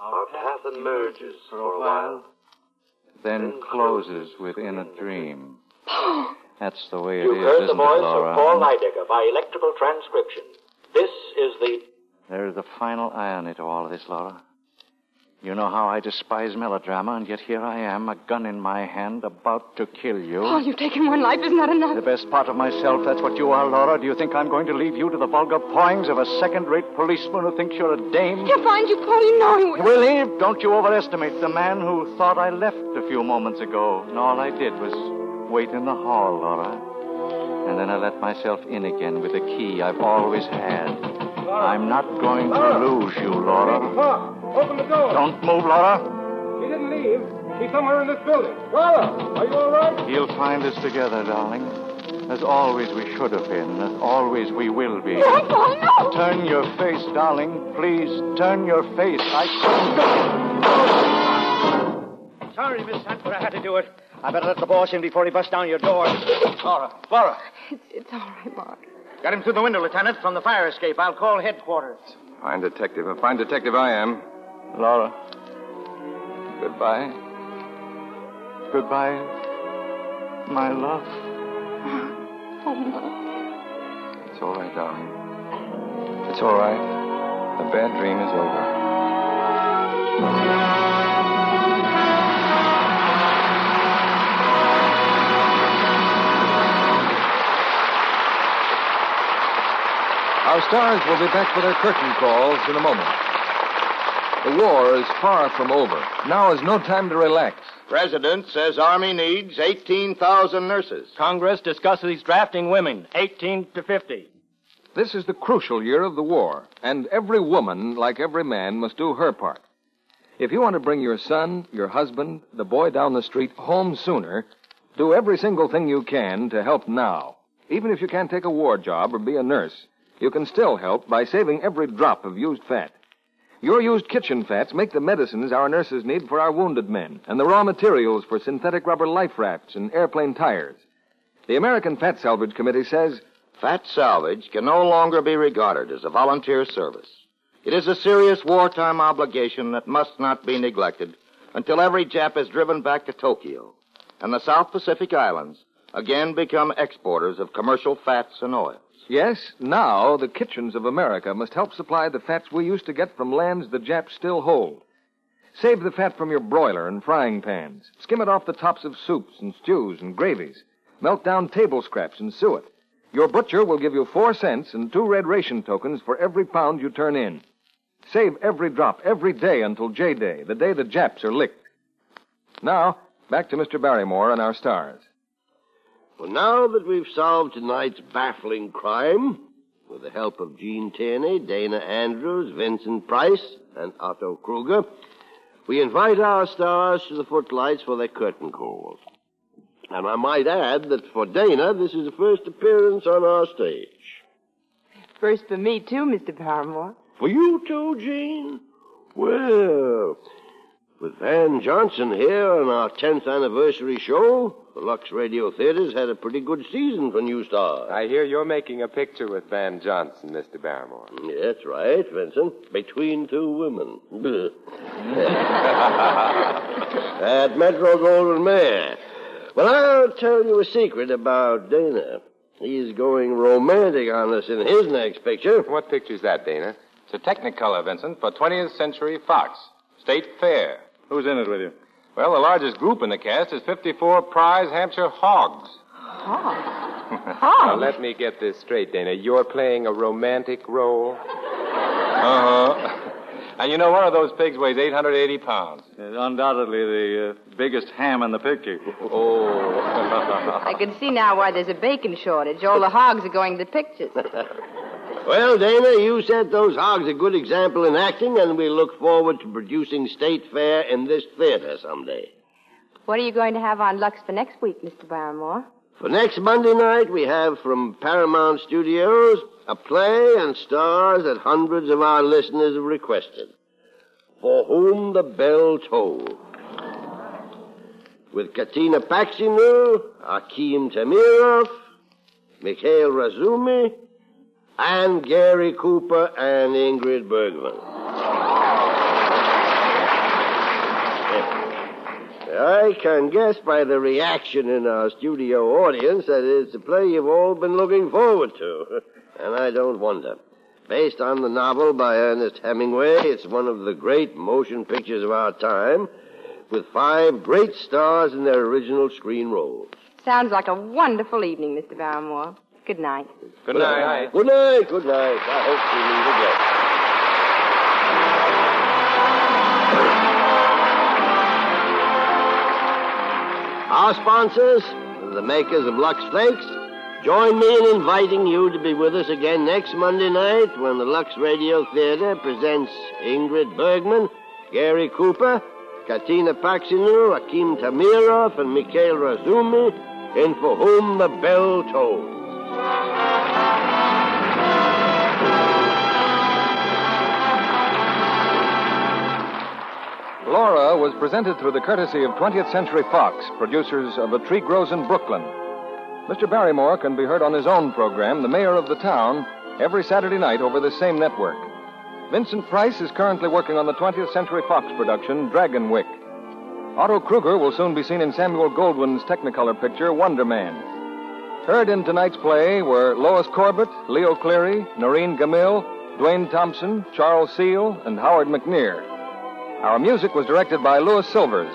C: our path emerges for a while.
E: Then closes within a dream. That's the way it is,
B: You've heard the
E: isn't it,
B: voice
E: Laura?
B: of Paul Lidecker by electrical transcription. This is the
E: There is a final irony to all of this, Laura. You know how I despise melodrama, and yet here I am, a gun in my hand, about to kill you.
I: Paul, Oh, you've taken one life. Isn't that enough?
E: The best part of myself, that's what you are, Laura. Do you think I'm going to leave you to the vulgar pawings of a second rate policeman who thinks you're a dame?
I: He'll find you, Paul. You know he will.
E: Will he? Don't you overestimate the man who thought I left a few moments ago. And all I did was wait in the hall, Laura. And then I let myself in again with the key I've always had. I'm not going to lose you, Laura.
H: Open the door.
E: Don't move, Laura.
H: She didn't leave. She's somewhere in this building. Laura, are you all right?
E: He'll find us together, darling. As always we should have been. As always we will be.
H: No, Paul, no.
E: Turn your face, darling. Please, turn your face.
J: Oh,
E: I
M: Sorry, Miss Sanford, I had to do it. I better let the boss in before he busts down your door. Laura, Laura.
I: It's, it's all right, Mark.
M: Got him through the window, Lieutenant, from the fire escape. I'll call headquarters.
F: Fine detective. A fine detective I am.
E: Laura.
F: Goodbye.
E: couldn't. Goodbye, my love. (laughs)
I: Oh, Mark.
F: It's all right, darling. It's all right. The bad dream is over. Our stars will be back for their curtain calls in a moment. The war is far from over. Now is no time to relax.
Q: President says Army needs 18,000 nurses.
F: Congress discusses drafting women, 18 to 50. This is the crucial year of the war, and every woman, like every man, must do her part. If you want to bring your son, your husband, the boy down the street home sooner,
B: Do every single thing you can to help now. Even if you can't take a war job or be a nurse, you can still help by saving every drop of used fat. Your used kitchen fats make the medicines our nurses need for our wounded men and the raw materials for synthetic rubber life rafts and airplane tires. The American Fat Salvage Committee says
R: Fat salvage can no longer be regarded as a volunteer service. It is a serious wartime obligation that must not be neglected until every Jap is driven back to Tokyo and the South Pacific Islands again become exporters of commercial fats and oil.
B: Yes, now the kitchens of America must help supply the fats we used to get from lands the Japs still hold. Save the fat from your broiler and frying pans. Skim it off the tops of soups and stews and gravies. Melt down table scraps and suet. Your butcher will give you four cents and two red ration tokens for every pound you turn in. Save every drop every day until J Day, the day the Japs are licked. Now, back to Mr. Barrymore and our stars.
C: Well, now that we've solved tonight's baffling crime, with the help of Gene Tierney, Dana Andrews, Vincent Price, and Otto Kruger, we invite our stars to the footlights for their curtain call. And I might add that for Dana, this is the first appearance on our stage.
A: First for me, too, Mr. Paramore.
C: For you too, Gene? Well, with Van Johnson here on our 10th anniversary show, the Lux Radio Theater's had a pretty good season for new stars.
H: I hear you're making a picture with Van Johnson, Mr. Barrymore.
C: Yeah, that's right, Vincent. Between two
H: (laughs)
C: women. Bleh. At Metro Goldwyn Mayer. Well, I'll tell you a secret about Dana. He's going romantic on us in his next picture.
H: What picture's that, Dana?
F: It's a Technicolor, Vincent, for 20th Century Fox. State Fair.
E: Who's in it with you?
F: Well, the largest group in the cast is 54 prize Hampshire hogs.
E: (laughs)
H: Now, let me get this straight, Dana. You're playing a romantic role?
F: Uh-huh. And you know, one of those pigs weighs 880 pounds.
E: It's undoubtedly the uh, biggest ham in the picture.
F: Oh. (laughs)
E: Uh-huh.
A: I can see now why there's a bacon shortage. All the hogs are going to the pictures.
C: Well, Dana, you set those hogs a good example in acting, and we look forward to producing State Fair in this theater someday.
A: what are you going to have on Lux for next week, Mr. Barrymore?
C: For next Monday night, we have from Paramount Studios a play and stars that hundreds of our listeners have requested. For whom the bell tolls. With Katina Paksinu, Akim Tamirov, Mikhail Razumi, and Gary Cooper and Ingrid Bergman. I can guess by the reaction in our studio audience that it's a play you've all been looking forward to. (laughs) And I don't wonder. Based on the novel by Ernest Hemingway, it's one of the great motion pictures of our time, with five great stars in their original screen roles.
A: Sounds like a wonderful evening, Mr. Barrymore. Good night.
C: Good night. Good night. Good night. I hope we meet again. Our sponsors, the makers of Lux Flakes, join me in inviting you to be with us again next Monday night when the Lux Radio Theater presents Ingrid Bergman, Gary Cooper, Katina Paksinu, Akim Tamirov, and Mikhail Razumi in For Whom the Bell Tolls.
B: Laura was presented through the courtesy of 20th Century Fox, producers of A Tree Grows in Brooklyn. Mr. Barrymore can be heard on his own program, The Mayor of the Town, every Saturday night over the same network. Vincent Price is currently working on the 20th Century Fox production, Dragonwick. Otto Kruger will soon be seen in Samuel Goldwyn's Technicolor picture, Wonder Man. Heard in tonight's play were Lois Corbett, Leo Cleary, Noreen Gamil, Dwayne Thompson, Charles Seal, and Howard McNear. Our music was directed by Louis Silvers.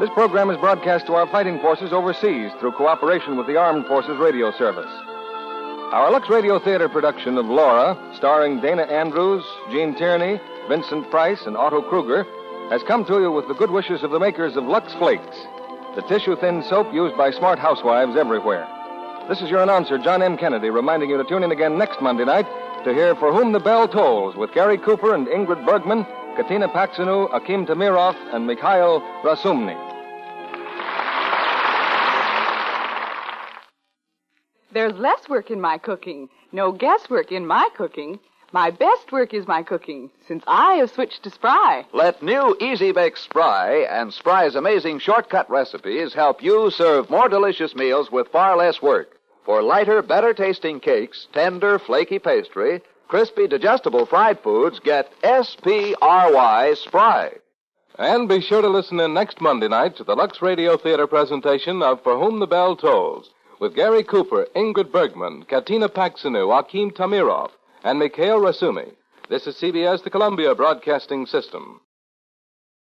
B: This program is broadcast to our fighting forces overseas through cooperation with the Armed Forces Radio Service. Our Lux Radio Theater production of Laura, starring Dana Andrews, Gene Tierney, Vincent Price, and Otto Kruger, has come to you with the good wishes of the makers of Lux Flakes, the tissue thin soap used by smart housewives everywhere. This is your announcer, John M. Kennedy, reminding you to tune in again next Monday night to hear For Whom the Bell Tolls with Gary Cooper and Ingrid Bergman, Katina Paksinu, Akim Tamirov, and Mikhail Rasumny.
N: There's less work in my cooking, no guesswork in my cooking. My best work is my cooking, since I have switched to Spry.
B: Let new Easy Bake Spry and Spry's amazing shortcut recipes help you serve more delicious meals with far less work. For lighter, better tasting cakes, tender, flaky pastry, crispy, digestible fried foods, get S P R Y Spry.
F: And be sure to listen in next Monday night to the Lux Radio Theater presentation of For Whom the Bell Tolls with Gary Cooper, Ingrid Bergman, Katina Paksinu, Akim Tamirov, and Mikhail Rasumi. This is CBS, the Columbia Broadcasting System.